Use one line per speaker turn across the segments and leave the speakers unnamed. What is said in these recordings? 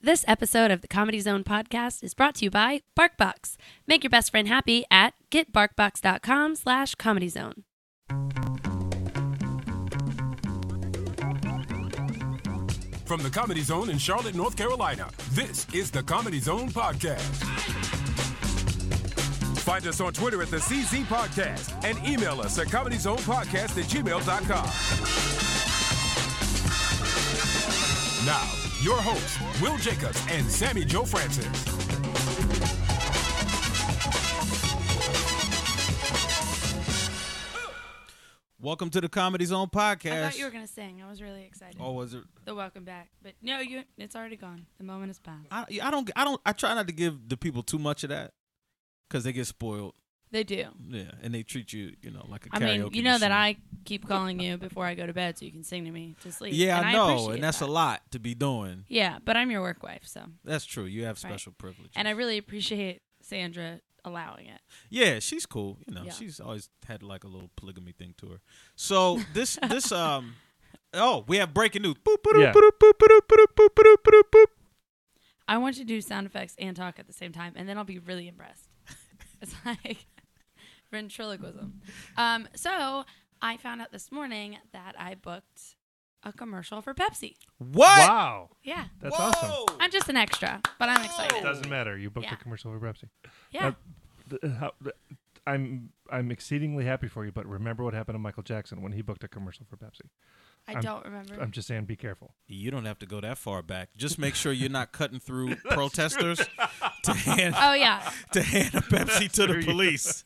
This episode of the Comedy Zone podcast is brought to you by BarkBox. Make your best friend happy at getbarkbox.com slash comedyzone.
From the Comedy Zone in Charlotte, North Carolina, this is the Comedy Zone Podcast. Find us on Twitter at the CZ Podcast and email us at comedyzonepodcast at gmail.com. Now, your hosts, Will Jacobs and Sammy Joe Francis.
Welcome to the Comedy Zone
I
podcast.
thought you were going to sing. I was really excited.
oh, was it?
The welcome back. But no, you it's already gone. The moment is past.
I, I don't. I don't. I try not to give the people too much of that because they get spoiled.
They do.
Yeah, and they treat you, you know, like a
I
karaoke.
mean, you know that
machine.
I keep calling you before I go to bed so you can sing to me to sleep.
Yeah,
and
I know,
appreciate
and that's
that.
a lot to be doing.
Yeah, but I'm your work wife, so.
That's true. You have
Right.
special privileges.
And I really appreciate Sandra allowing it.
yeah, she's cool. You know,
Yeah.
she's always had like a little polygamy thing to her. So this, this, um, oh, we have breaking news. Boop, boop,
Yeah.
boop, boop, boop, boop, boop, boop, boop, boop.
I want you to do sound effects and talk at the same time, and then I'll be really impressed. it's like ventriloquism. Um, so I found out this morning that I booked a commercial for Pepsi.
What?
Wow.
Yeah.
That's
Whoa!
awesome.
I'm just an extra, but I'm
It
excited.
doesn't matter. You booked
Yeah.
a commercial for Pepsi.
Yeah.
Uh, th- how- th- I'm I'm exceedingly happy for you, but remember what happened to Michael Jackson when he booked a commercial for Pepsi.
I
I'm-
don't remember.
I'm just saying, be careful.
You don't have to go that far back. Just make sure you're not cutting through protesters to hand
Uh,
oh, yeah.
to hand a Pepsi to
true,
the
yeah.
police.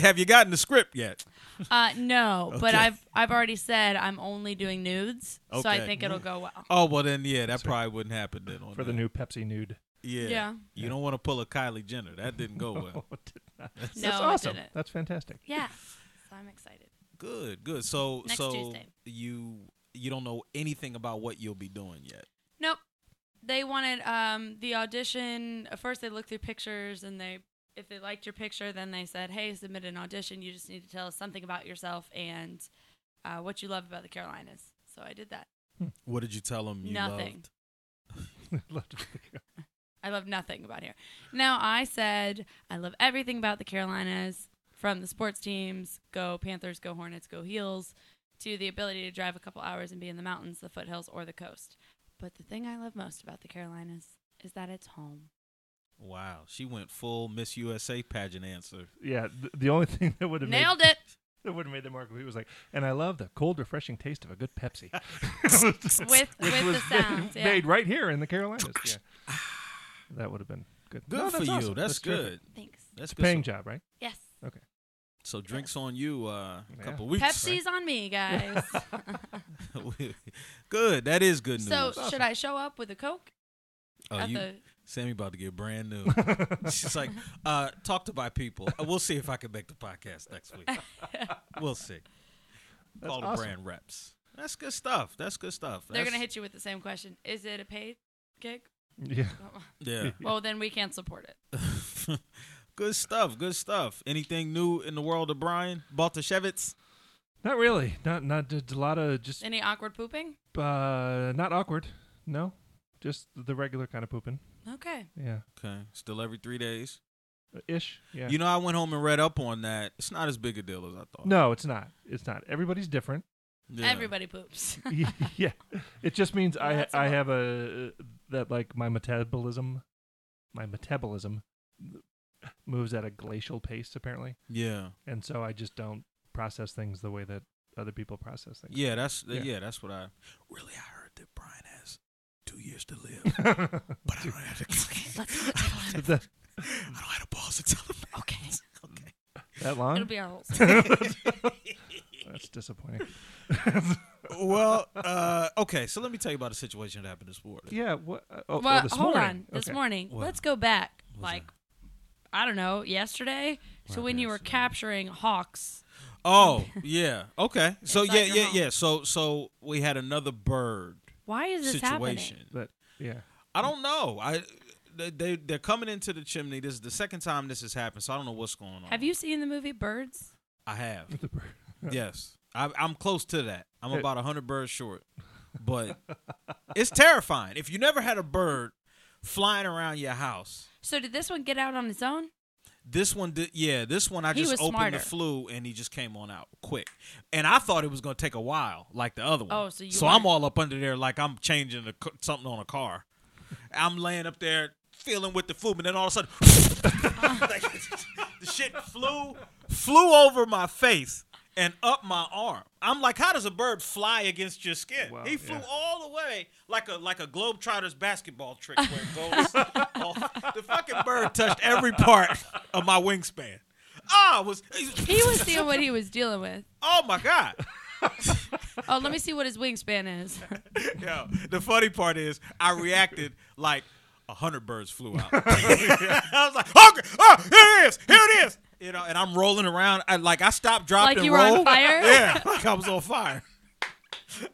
have you gotten the script yet?
Uh, no, but
Okay.
I've I've already said I'm only doing nudes, so I
Okay.
think it'll go well.
Oh well, then yeah, that probably wouldn't happen then. On
For the
that.
new Pepsi nude.
yeah,
Yeah.
you don't want to pull a Kylie Jenner. That didn't go well.
Oh, it did not.
No,
That's
it
awesome.
didn't.
That's fantastic.
Yeah. So I'm excited.
Good, good. So
Next
so
Tuesday.
you you don't know anything about what you'll be doing yet.
Nope. They wanted um, the audition. At first, they looked through pictures, and they, if they liked your picture, then they said, "Hey, submit an audition. You just need to tell us something about yourself and uh, what you love about the Carolinas." So I did that.
What did you tell them? You
Nothing.
Loved?
Love to think of-
I love nothing about here. No, I said I love everything about the Carolinas, from the sports teams, go Panthers, go Hornets, go Heels, to the ability to drive a couple hours and be in the mountains, the foothills, or the coast. But the thing I love most about the Carolinas is that it's home.
Wow, she went full Miss USA pageant answer.
Yeah, th- the only thing that would have made
Nailed it.
that would have made the mark he was like, and I love the cold, refreshing taste of a good Pepsi,
with
which
with
was
the sounds.
made,
Yeah.
made right here in the Carolinas. Yeah, that would have been good.
Good
No,
for
that's
you.
awesome.
That's,
terrific.
good.
Thanks.
That's good.
Paying
so,
job, right?
Yes.
Okay.
so drinks on you. Uh, a
Yeah.
couple weeks.
Pepsi's on me, guys.
right? good. That is good news.
so should I show up with a Coke?
Oh,
at
you-
the,
Sammy about to get brand new. She's like, uh, talk to my people. Uh, We'll see if I can make the podcast next week. We'll see.
That's
Call the
awesome.
brand reps. That's good stuff. That's good stuff.
they're
That's-
gonna hit you with the same question. Is it a paid gig?
Yeah.
Yeah.
Well, then we can't support it.
good stuff. Good stuff. Anything new in the world of Brian Baltashevitz?
Not really. Not not just a lot of just
Any awkward pooping?
uh not awkward. No, just the regular kind of pooping.
Okay.
Yeah,
Okay. Still every three days.
Uh, ish. Yeah.
You know, I went home and read up on that. It's not as big a deal as I thought.
no, it's not. It's not. Everybody's different.
Yeah.
Everybody poops.
yeah. It just means
Well,
I
that's a
I
lot.
have a uh, that like my metabolism, my metabolism moves at a glacial pace apparently,
Yeah.
and so I just don't process things the way that other people process things.
Yeah. That's yeah.
Yeah.
That's what I really. I heard that Brian has two years to live, but I don't have to.
Let's do it for him.
that,
I don't have the balls to tell him.
Okay.
Okay.
that long.
It'll be our whole.
That's disappointing.
well, uh, okay, so let me tell you about a situation that happened this morning.
Yeah. What? uh, Oh, oh,
well,
this
hold
morning.
on. This
Okay.
morning,
What?
let's go back.
What's
Like, I don't know, yesterday. So
What
when you were
happened
capturing hawks,
Oh, yeah. Okay. So
Inside
yeah,
your
yeah,
home.
yeah. So so we had another bird
why is this
situation.
happening?
But yeah.
I don't know. I they- they they're coming into the chimney. This is the second time this has happened, so I don't know what's going on.
Have you seen the movie Birds?
I have.
The bird.
yes. I I'm close to that. I'm
Hey.
about 100 birds short. But it's terrifying. If you never had a bird, flying around your house.
So did this one get out on its own?
This one did, yeah. This one I
He
just
was
opened
smarter.
the flu and he just came on out quick. And I thought it was gonna take a while, like the other one.
Oh, so you
I'm
weren't-
all up under there like I'm changing a, c- something on a car. I'm laying up there feeling with the flu, but then all of a sudden, like, the shit flew flew over my face and up my arm. I'm like, how does a bird fly against your skin?
Wow,
he flew
yeah.
all the way like a like a globetrotter's basketball trick where it goes. all- the fucking bird touched every part of my wingspan. Ah, it was
He was seeing what he was dealing with.
oh my god.
Oh, let me see what his wingspan is.
Yo, the funny part is I reacted like a hundred birds flew out. I was like, oh, oh, here it is, here it is. You know, and I'm rolling around. I, like I stopped, dropped,
Like
and
you were on
rolled.
fire?
Yeah, like I was on fire.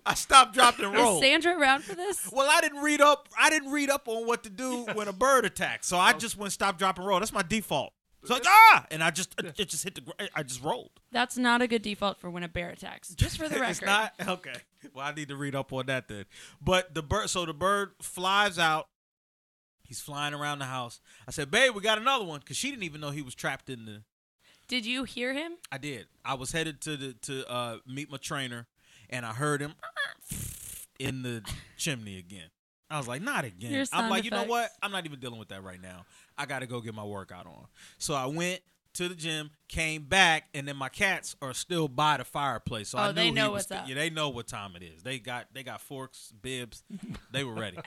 I stopped, dropped, and
Is
rolled.
Sandra around for this?
Well, I didn't read up. I didn't read up on what to do when a bird attacks, so I just went stop, drop, and roll. That's my default. So like, ah, and I just, it just hit the. gr- I just rolled.
That's not a good default for when a bear attacks. Just for the record.
It's not okay. Well, I need to read up on that then. But the bird, so the bird flies out. He's flying around the house. I said, "Babe, we got another one," because she didn't even know he was trapped in the.
Did you hear him?
I did. I was headed to the to uh, meet my trainer, and I heard him in the chimney again. I was like, "Not again."
Your
I'm
sound
like, "You know what?
effects.
I'm not even dealing with that right now. I got to go get my workout on." So I went. To the gym, came back, and then my cats are still by the fireplace. So
Oh,
I knew
they know
he was
what's
sti-
up.
Yeah, they know what time it is. They got they got forks, bibs. They were ready.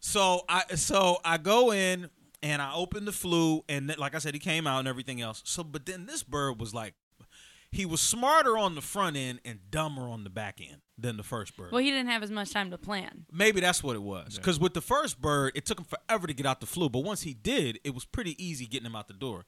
so I so I go in and I open the flu, and th- like I said, he came out and everything else. So, but then this bird was like, he was smarter on the front end and dumber on the back end than the first bird.
Well, he didn't have as much time to plan.
Maybe that's what it was. Because with the first bird, it took him forever to get out the flu, but once he did, it was pretty easy getting him out the door.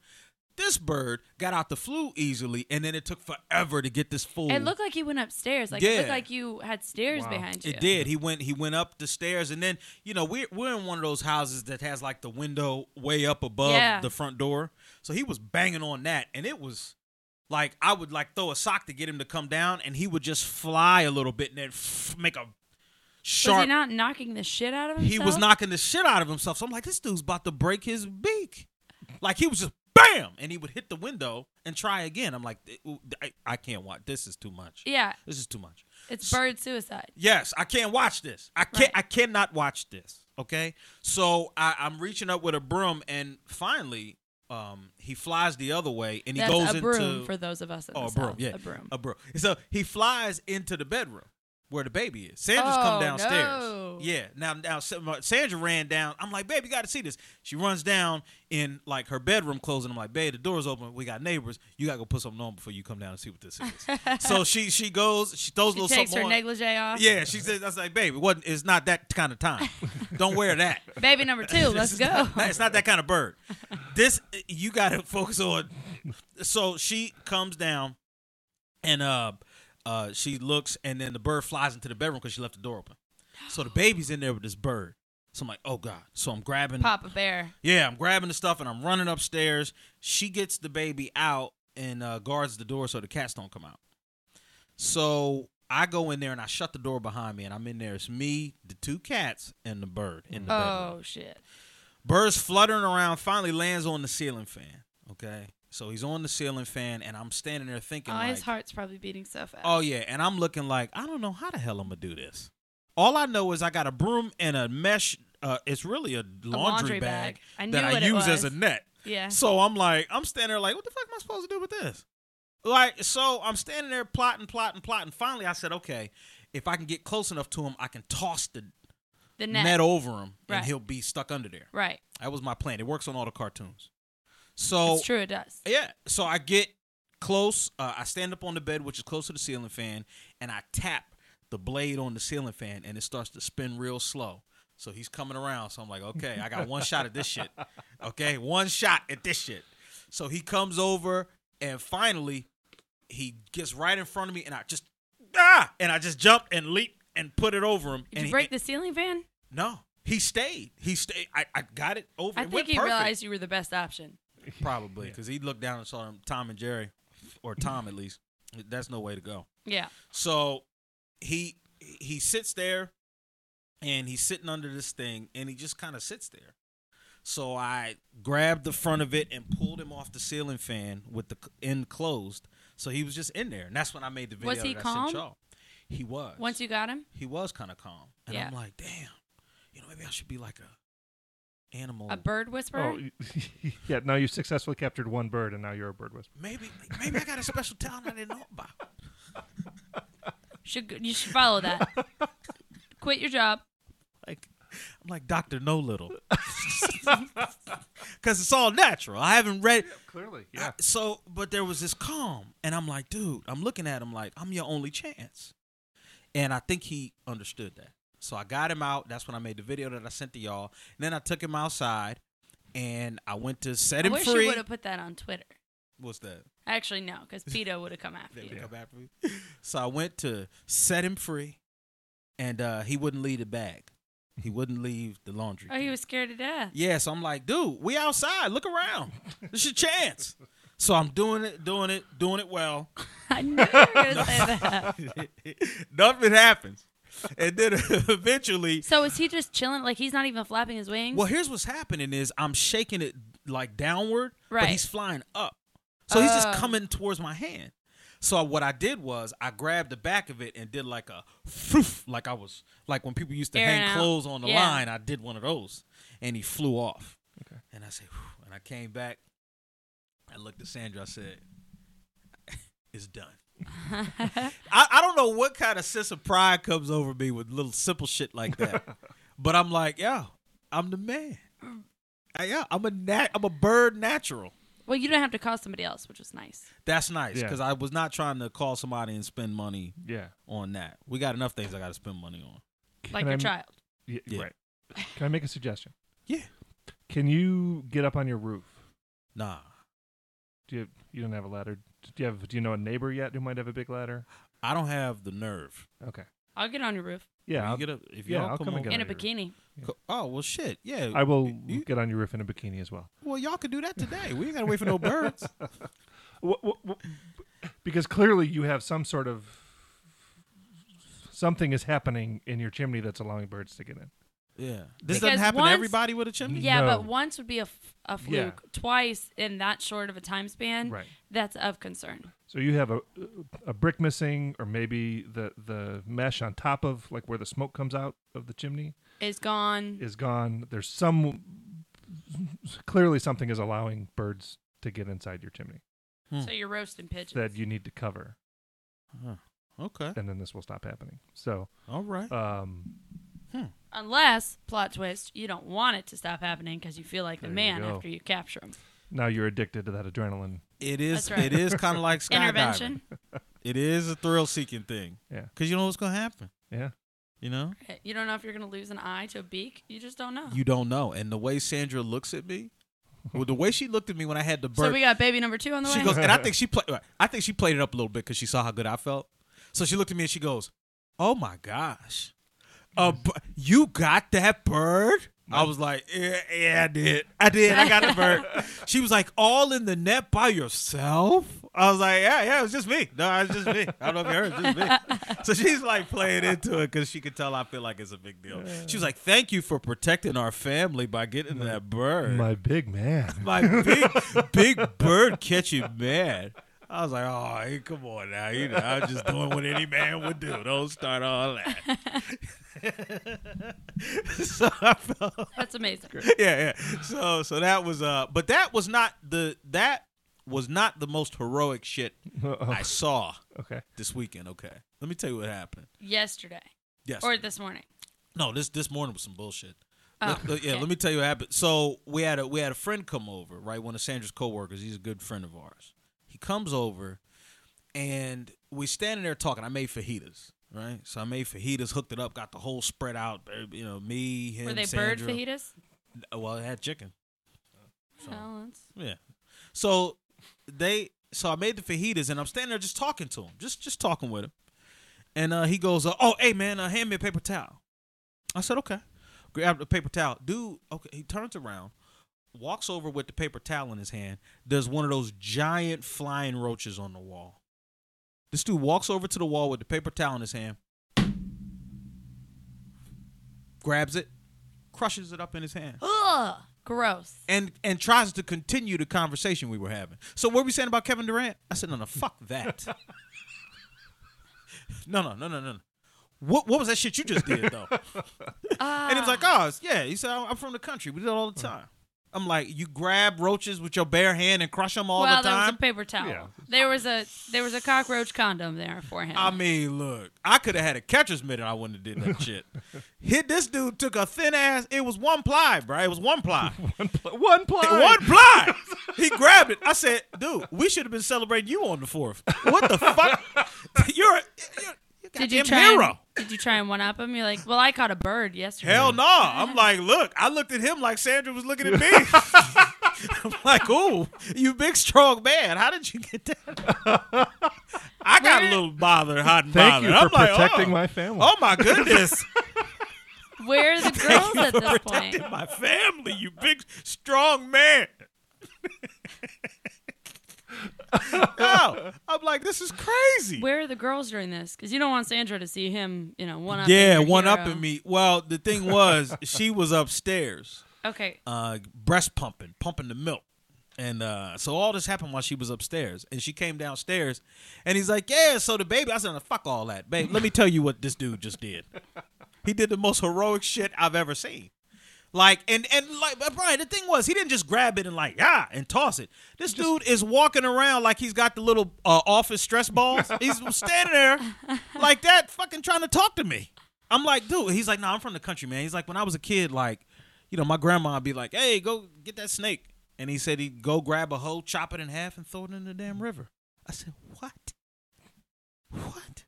This bird got out the flu easily, and then it took forever to get this fool.
It looked like he went upstairs. Like it
Yeah.
looked like you had stairs
Wow.
behind you.
It did. He went. He went up the stairs, and then you know we're we're in one of those houses that has like the window way up above
Yeah.
the front door. So he was banging on that, and it was like I would like throw a sock to get him to come down, and he would just fly a little bit and then f- make a
Was
sharp.
he not knocking the shit out of himself?
he was knocking the shit out of himself. So I'm like, this dude's about to break his beak. Like he was just bam, and he would hit the window and try again. I'm like, I, I can't watch. This is too much.
Yeah,
This is too much.
it's bird suicide.
Yes, I can't watch this. I can't.
Right.
I cannot watch this. Okay, so I, I'm reaching up with a broom, and finally, um, he flies the other way, and he
That's
goes
a broom
into
for those of us in
oh, a
the
broom,
South.
yeah,
A broom.
a broom. So he flies into the bedroom where the baby is. Sandra's come
Oh,
downstairs.
no.
Yeah, now now Sa- my- Sandra ran down. I'm like, babe, you got to see this. She runs down in like her bedroom clothes, and I'm like, babe, the door's open. We got neighbors. You got to go put something on before you come down and see what this is. so she she goes. She throws a
She
little
takes
something
her
on.
negligee off.
Yeah, she said, "I was like, babe, it wasn't. It's not that kind of time. Don't wear that.
Baby number two, let's
It's
go.
not- it's not that kind of bird. This you got to focus on. So she comes down, and uh, uh, she looks, and then the bird flies into the bedroom because she left the door open. So the baby's in there with this bird. So I'm like, oh god. So I'm grabbing
Papa Bear.
yeah, I'm grabbing the stuff and I'm running upstairs. She gets the baby out and uh, guards the door so the cats don't come out. So I go in there and I shut the door behind me, and I'm in there. It's me, the two cats, and the bird in the bedroom.
Oh shit.
Bird's fluttering around, finally lands on the ceiling fan. Okay, so he's on the ceiling fan, and I'm standing there thinking,
Oh,
like,
his heart's probably beating so fast.
Oh yeah, and I'm looking like I don't know how the hell I'm gonna do this. All I know is I got a broom and a mesh. Uh, it's really a laundry,
laundry
bag,
bag. I
that
knew
I
what it
use as
was.
a net.
yeah.
So I'm like, I'm standing there like, what the fuck am I supposed to do with this? Like, so I'm standing there plotting, plotting, plotting. Finally, I said, okay, if I can get close enough to him, I can toss the
The
net,
net.
over him, and
Right.
he'll be stuck under there.
Right.
That was my plan. It works on all the cartoons. So
it's true. It does.
yeah. So I get close. Uh, I stand up on the bed, which is close to the ceiling fan, and I tap the blade on the ceiling fan, and it starts to spin real slow. So he's coming around. So I'm like, okay, I got one shot at this shit. Okay, one shot at this shit. So he comes over, and finally, he gets right in front of me, and I just ah, and I just jump and leap and put it over him.
Did
and
you break
he,
the ceiling fan?
No, he stayed. He stayed. I, I got it over.
I
It went
think he
perfect.
realized you were the best option.
Probably because he looked down and saw him, Tom and Jerry, or Tom at least. That's no way to go.
Yeah.
So he he sits there, and he's sitting under this thing, and he just kind of sits there. So I grabbed the front of it and pulled him off the ceiling fan with the c- end closed. So he was just in there, and that's when I made the video.
Was he
that I
calm?
sent y'all. He was.
Once you got him,
he was kind of calm, and I'm
Yeah.
like, damn, you know, maybe I should be like a animal.
a bird whisperer.
Oh, yeah. Now you successfully captured one bird, and now you're a bird whisperer.
Maybe, maybe I got a special talent I didn't know about.
Should g- you should follow that. Quit your job.
Like, I'm like Doctor No Little, because it's all natural. I haven't read.
Clearly,
I- so, but there was this calm, and I'm like, dude, I'm looking at him like I'm your only chance, and I think he understood that. So I got him out. That's when I made the video that I sent to y'all. And then I took him outside, and I went to set
I
him
wish you
free.
would have put that on Twitter.
What's that?
Actually, no, because PETA would have come after
They
you.
would come after me. So I went to set him free, and uh, he wouldn't leave the bag. He wouldn't leave the laundry.
Oh, he was scared to death.
Yeah, so I'm like, dude, we outside. Look around. This your chance. So I'm doing it, doing it, doing it well.
I knew you were going to say that.
Nothing happens. And then eventually,
So is he just chilling? Like he's not even flapping his wings?
well, here's what's happening is I'm shaking it like downward, but
Right.
he's flying up. So he's just
Oh.
coming towards my hand. So what I did was I grabbed the back of it and did like a froof, like I was like when people used to
Air it
hang
out.
clothes on the
Yeah.
line, I did one of those, and he flew off.
Okay.
And I said, "Whew." and I came back. I looked at Sandra. I said, "It's done." I, I don't know what kind of sense of pride comes over me with little simple shit like that, but I'm like, yeah, I'm the man. I, yeah, I'm a nat- I'm a bird natural.
Well, you don't have to call somebody else, which is nice.
That's nice
Yeah.
because I was not trying to call somebody and spend money
Yeah.
on that. We got enough things I got to spend money on.
Like
And
your
I'm-
child.
Y-
Yeah.
Right. Can I make a suggestion?
Yeah.
Can you get up on your roof?
Nah,
Do you you don't have a ladder? Do you have do you know a neighbor yet who might have a big ladder?
I don't have the nerve.
Okay.
I'll get on your roof
If
Yeah.
you
I'll,
get up- if
yeah,
y'all
I'll
come
come and
over-
get
in a
on your roof.
bikini.
Co- Oh well, shit. Yeah,
I will
You-
get on your roof in a bikini as well.
well, y'all can do that today. We ain't gotta wait for no birds.
Wha- wha- wha- because clearly you have some sort of something is happening in your chimney that's allowing birds to get in.
Yeah, this doesn't
Because
happen to
once-
everybody with a chimney.
Yeah,
No.
but once would be a, f- a fluke.
Yeah.
Twice in that short of a time span,
Right.
that's of concern.
So you have a a brick missing, or maybe the the mesh on top of like where the smoke comes out of the chimney
Is gone.
is gone. There's some clearly something is allowing birds to get inside your chimney
so you're roasting pigeons.
that you need to cover,
Okay.
and then this will stop happening. So
All right.
um,
Unless, plot twist, you don't want it to stop happening because you feel like
There
the
you
man
go.
after you capture him.
now you're addicted to that adrenaline.
It is.
That's right.
It is kind of like skydiving.
Intervention.
It is a thrill-seeking thing.
Yeah.
Cause you know what's gonna happen.
Yeah.
You know.
Eh, You don't know if you're going to lose an eye to a beak. You just don't know.
You don't know. And the way Sandra looks at me, well, the way she looked at me when I had the bird,
so we got baby number two on the
she
way.
goes, and I think she played. I think she played it up a little bit because she saw how good I felt. So she looked at me and she goes, "Oh my gosh, a bu- you got that bird." I was like, yeah, yeah, I did. I did. I got a bird. she was like, all in the net by yourself? I was like, yeah, yeah, it was just me. No, it was just me. I don't know if you heard, it was just me. So she's like playing into it because she could tell I feel like it's a big deal. She was like, thank you for protecting our family by getting that bird
My big man.
my big big bird catching man. I was like, oh, hey, come on now. You know, I'm just doing what any man would do. Don't start all that. so I felt,
That's amazing.
yeah, yeah. So, so that was, uh, but that was not the, that was not the most heroic shit
Oh.
I saw
okay.
this weekend. Okay. Let me tell you what happened.
Yesterday
Yes.
or this morning.
No, this this morning was some bullshit.
Oh,
Let- let- yeah,
okay.
let me tell you what happened. So we had a we had a friend come over, right? One of Sandra's coworkers. He's a good friend of ours. He comes over, and we standing there talking. I made fajitas, right? So I made fajitas, hooked it up, got the whole spread out. eh, You know, me, him,
Were they
Sandra.
bird fajitas?
Well, it had chicken. So-
Well, that's
Yeah. So they so I made the fajitas and I'm standing there just talking to him, just just talking with him. And uh, he goes, uh, "Oh, hey man, uh, hand me a paper towel." I said, "Okay." Grabbed the paper towel. Dude, okay, he turns around, walks over with the paper towel in his hand. There's one of those giant flying roaches on the wall. This dude walks over to the wall with the paper towel in his hand, grabs it, crushes it up in his hand.
Ugh. Gross.
and and tries to continue the conversation we were having. So what were we saying about Kevin Durant? I said, no, no, fuck that. no, no, no, no, no. no. What what was that shit you just did though? and he was like, oh it's- yeah. He said, I'm from the country. We do it all the time. I'm like, you grab roaches with your bare hand and crush them all
well,
the
there was a
time.
paper towel.
Yeah.
There was a there was a cockroach condom there for him.
I mean, look, I could have had a catcher's mitt and I wouldn't have did that shit. Hit this dude took a thin ass. It was one ply, bro. It was one ply.
One play.
One ply. He grabbed it. I said, "Dude, we should have been celebrating you on the fourth. What the fuck? You're, a- you're, you're a
did you
goddamn
try?
hero.
And, did you try and one up him? You're like, well, I caught a bird yesterday.
Hell no. I'm like, look, I looked at him like Sandra was looking at me. I'm like, ooh, you big strong man. How did you get that? I got a little bothered, hot and
Thank
bothered.
you
I'm
for
like,
protecting
oh,
my family.
Oh my goodness.
Where are the girls at this point?
Protecting my family, you big strong man. no, I'm like, this is crazy.
Where are the girls during this? Because you don't want Sandra to see him, you know, one up.
yeah,
your
one
hero.
up in me. Well, the thing was, she was upstairs,
Okay,
uh, breast pumping, pumping the milk. And uh, so all this happened while she was upstairs, and she came downstairs, and he's like, "Yeah." So the baby, I said, "Nah, "Fuck all that, babe. Let me tell you what this dude just did. He did the most heroic shit I've ever seen. Like, and and like, but Brian, the thing was, he didn't just grab it and like, ah, and toss it. This dude is walking around like he's got the little uh, office stress balls. he's standing there like that, fucking trying to talk to me. I'm like, dude. He's like, no, I'm from the country, man. He's like, when I was a kid, like, you know, my grandma'd be like, hey, go get that snake. And he said he'd go grab a hoe, chop it in half, and throw it in the damn river. I said, what? What?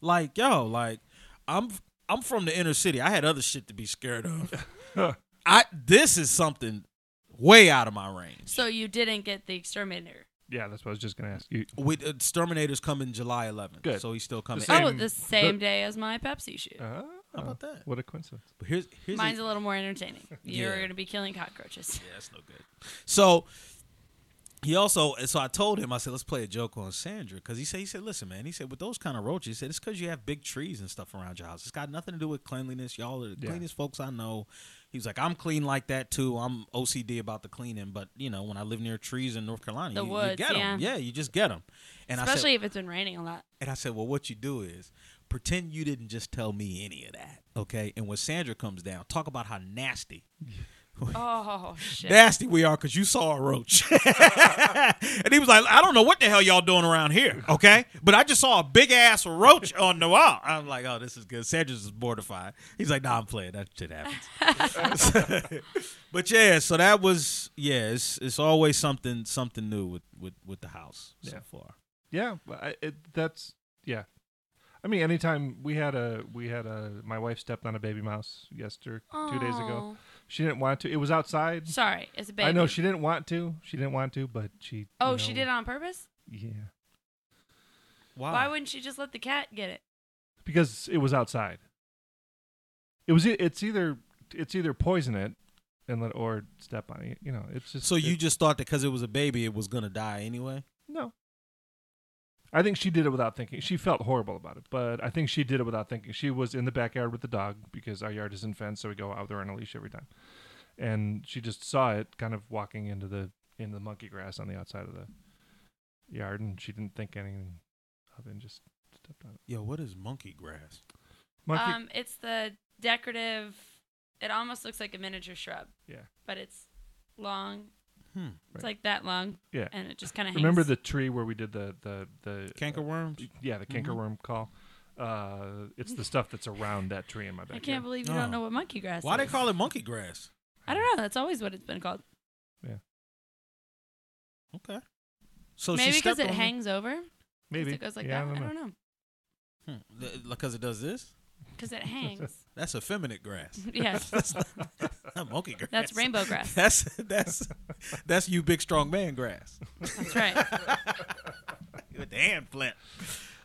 Like, yo, like, I'm I'm from the inner city. I had other shit to be scared of. I this is something way out of my range.
so you didn't get the exterminator.
yeah, that's what I was just gonna ask you.
With uh, exterminators coming July 11th,
Good.
so he's still coming.
Same-
oh, the same day as my Pepsi shoot.
Uh,
How about that?
What a coincidence.
But here's here's a-
Mine's a little more entertaining. You're
Yeah.
going to be killing cockroaches.
Yeah, that's no good. So he also, and so I told him, I said, let's play a joke on Sandra because he said, he said, listen, man, he said, with those kind of roaches, he said, it's because you have big trees and stuff around your house. It's got nothing to do with cleanliness. Y'all are the
Yeah.
cleanest folks I know. He was like, I'm clean like that too. I'm OCD about the cleaning, but you know, when I live near trees in North Carolina,
The
you,
woods,
you get
yeah.
them. Yeah, you just get them. And I said,
Especially if it's been raining a lot.
and I said, Well, what you do is pretend you didn't just tell me any of that. Okay. And when Sandra comes down, talk about how nasty,
Oh, shit.
nasty we are because you saw a roach. and he was like, I don't know what the hell y'all doing around here. Okay. But I just saw a big ass roach on the wall. I'm like, Oh, this is good. Sandra's is mortified. He's like, Nah, I'm playing. That shit happens. but yeah, so that was, yeah, it's, it's always something, something new with, with, with the house so
Yeah.
far.
Yeah, but I, it, that's yeah. I mean, anytime we had a we had a my wife stepped on a baby mouse yesterday, two days ago. She didn't want to. It was outside.
Oh. Sorry, it's a baby.
I know she didn't want to. She didn't want to, but she.
Oh,
you
she
know,
did it on purpose?
Yeah,
Wow.
Why wouldn't she just let the cat get it?
because it was outside. It was. e- It's either it's either poison it, and let or step on it. You know, it's just.
So you
it-
just thought that because it was a baby, it was gonna die anyway.
no. I think she did it without thinking. She felt horrible about it, but I think she did it without thinking. She was in the backyard with the dog because our yard isn't fenced, so we go out there on a leash every time. And she just saw it kind of walking into the into the monkey grass on the outside of the yard, and she didn't think anything of it, and just stepped on it.
Yo, what is monkey grass?
Monkey,
Um, it's the decorative, it almost looks like a miniature shrub,
yeah.
but it's long.
Hmm.
Right.
It's like that long,
Yeah.
and it just kind of hangs.
Remember the tree where we did the the the uh,
Cankerworms.
yeah the
Mm-hmm.
cankerworm call? Uh, it's the stuff that's around that tree in my
I
backyard.
can't believe you don't
Oh.
know what monkey grass
Why
is.
they call it monkey grass?
I don't know. That's always what it's been called.
Okay. So
Maybe
she
because
stepped
it
on
hangs over. 'cause
Maybe
It goes like
yeah,
that. I don't know.
Hmm, because it does this.
Because it hangs.
That's effeminate grass.
yes.
That's not, not monkey grass.
That's rainbow grass.
That's that's that's you big strong man grass.
That's right.
With the hand plant.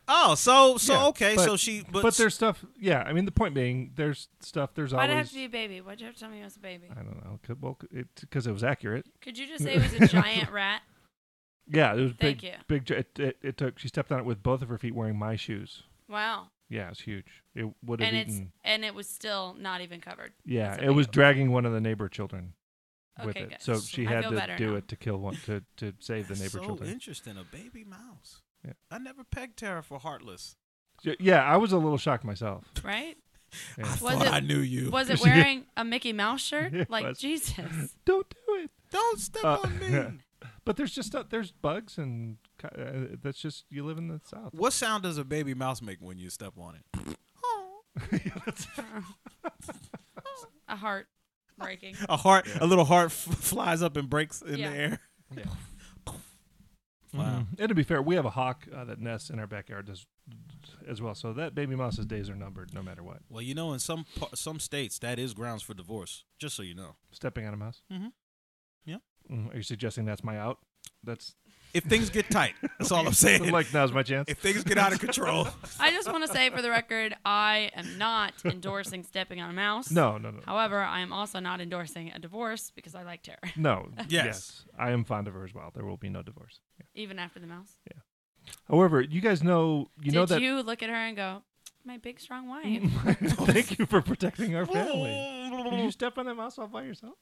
Oh, so so
Yeah,
okay,
but-
so she but,
but there's stuff. Yeah, I mean the point being, there's stuff. There's
Why'd it
always. Uh,
have to be a baby? Why'd you have to tell me it was a baby?
I don't know. Could, well, because it, was accurate.
Could you just say it was a giant rat?
Yeah, it was
Thank
big.
you.
Big. gi- It, it, it took. She stepped on it with both of her feet wearing my shoes.
Wow.
Yeah, it's huge. It would have
And
eaten.
it's and it was still not even covered.
yeah,
that's a
it was
big-
dragging one of the neighbor children. with
Okay,
it.
good.
So
So
she
I
had
feel
to
better
do
now.
it to kill one to to save the
That's
neighbor
so
children.
interesting. A baby mouse.
Yeah.
I never pegged Tara for heartless.
Y- Yeah, I was a little shocked myself.
right?
Yeah.
I
Was
thought
it-
I knew you.
Was
Yes,
it
you did.
wearing a Mickey Mouse shirt?
It
like
was.
Jesus.
Don't do it.
Don't step
Uh,
on me.
But there's just uh, there's bugs and co- uh, that's just you live in the south.
what sound does a baby mouse make when you step on it?
a heart breaking.
A heart, a little heart f- flies up and breaks in
Yeah.
the air.
Yeah. Mm-hmm.
Wow.
And to be fair, we have a hawk uh, that nests in our backyard as, as well. So that baby mouse's days are numbered, no matter what.
Well, you know, in some pa- some states, that is grounds for divorce. Just so you know,
Stepping on a mouse.
Mhm. Yeah.
Mm, Are you suggesting that's my out? That's
if things get tight, that's all I'm saying.
like now's my chance.
if things get out of control,
I just want to say for the record, I am not endorsing stepping on a mouse.
No, no, no,
However, I am also not endorsing a divorce because I like Tara,
no.
Yes.
I am fond of her as well. There will be no divorce.
even after the mouse.
However, you guys know you
Did
know that.
you look at her and go, my big strong wife?
Thank you for protecting our family. Did you step on that mouse all by yourself?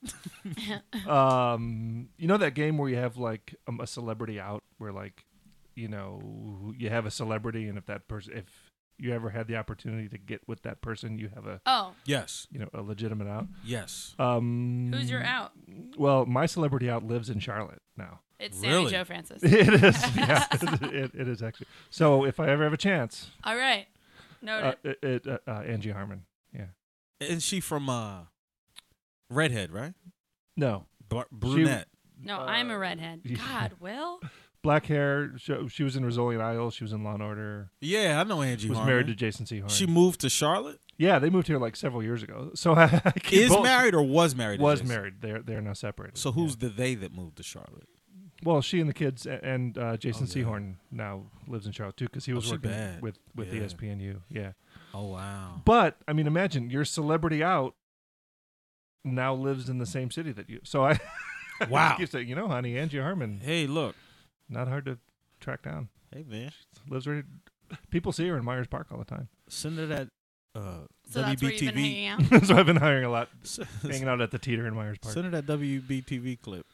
um, you know that game where you have like um, a celebrity out, where like you know you have a celebrity, and if that person, if you ever had the opportunity to get with that person, you have a
oh,
yes,
you know a legitimate out.
yes.
Um,
who's your out?
Well, my celebrity out lives in Charlotte now.
It's Sammy
Really?
Joe Francis.
It is, yeah, it, it- it is actually. So if I ever have a chance,
All right. Noted.
uh, it, it, uh, uh, Angie Harmon. Yeah,
Is she from uh, redhead, right?
no,
Bar- brunette.
no, I'm a redhead.
uh, yeah.
God, Will?
black hair. She, she was in Rizzoli Isles. She was in Law and Order.
yeah, I know Angie.
was
Harmon.
married to Jason C. Harmon.
She moved to Charlotte.
Yeah, they moved here like several years ago. So I, I keep
Is
both-
married or was married? to
was
Jason?
married. They're they're now separated.
So
Yeah.
who's the they that moved to Charlotte?
well? She and the kids a- and uh, Jason
Oh, yeah.
Seahorn now lives in Charlotte too because he was
she
working
Oh, bad.
with with E
Yeah.
ESPNU. Yeah,
Oh wow.
but I mean, imagine your celebrity out now lives in the same city that you. So I I
Wow.
keep saying, you know, honey, Angie Harmon,
Hey, look.
not hard to track down.
Hey man,
Lives right. People see her in Myers Park all the time.
send her that uh,
So that's where you've been
WBTV.
hanging out?
so I've been hiring a lot,
S-
hanging out at the teeter in Myers Park.
Send her that WBTV clip.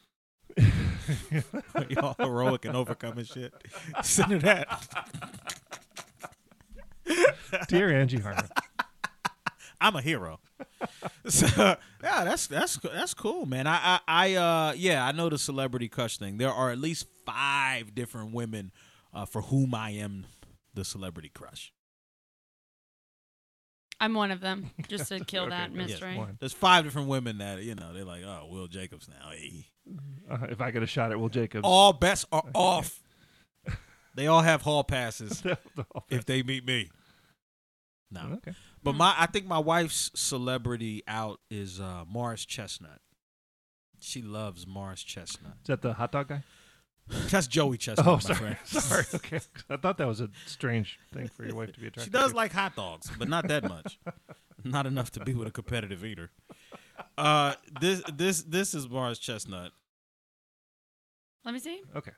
Y'all heroic and overcoming shit. Send her that.
Dear Angie Harmon.
I'm a hero. So, yeah, that's that's that's cool, man. I, I I uh yeah, I know the celebrity crush thing. There are at least five different women uh, for whom I am the celebrity crush.
I'm one of them, just to kill
Okay,
that
that's
mystery.
one.
There's five different women that you know they're like, oh, Will Jacobs now. Hey.
Uh, if I get a shot at Will Jacobs,
All bets are off. They all have hall passes
okay.
if they meet me. No, but my I think my wife's celebrity out is uh, Morris Chestnut. She loves Morris Chestnut.
Is that the hot dog guy?
That's Joey Chestnut,
oh,
my
sorry,
friend.
sorry. Okay, I thought that was a strange thing for your wife to be attracted.
She does
to.
like hot dogs, but not that much. not enough to be with a competitive eater. Uh, this this this is Morris Chestnut,
Let me see.
Okay,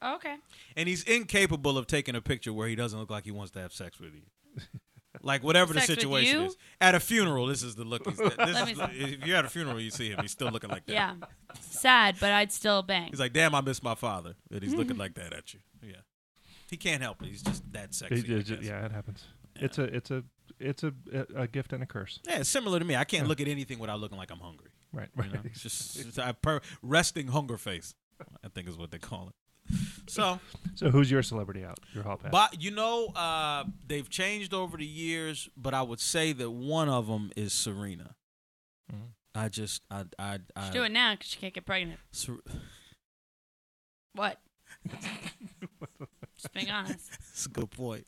Oh, okay.
and he's incapable of taking a picture where he doesn't look like he wants to have sex with you. Like whatever
Sex
the
with
situation
you?
is. At a funeral, this is the look. He's, this
Let
is,
me
if you're at a funeral, you see him. He's still looking like that.
Yeah. Sad, but I'd still bang.
He's like, damn, I miss my father. And he's looking like that at you. Yeah. He can't help it. He's just that sexy.
It-
I
it-
guess.
yeah, it happens. It's a, it's a, it's a, a gift and a curse.
Yeah, it's similar to me. I can't look at anything without looking like I'm hungry.
Right,
You
right.
know? It's just it's a per- resting hunger face, I think is what they call it. So,
So who's your celebrity out? Your hall pass.
but you know, uh, they've changed over the years, but I would say that one of them is Serena.
Mhm.
I just, I, I, I,
She's doing it now because she can't get pregnant.
Ser-
What? Just being honest.
That's a good point.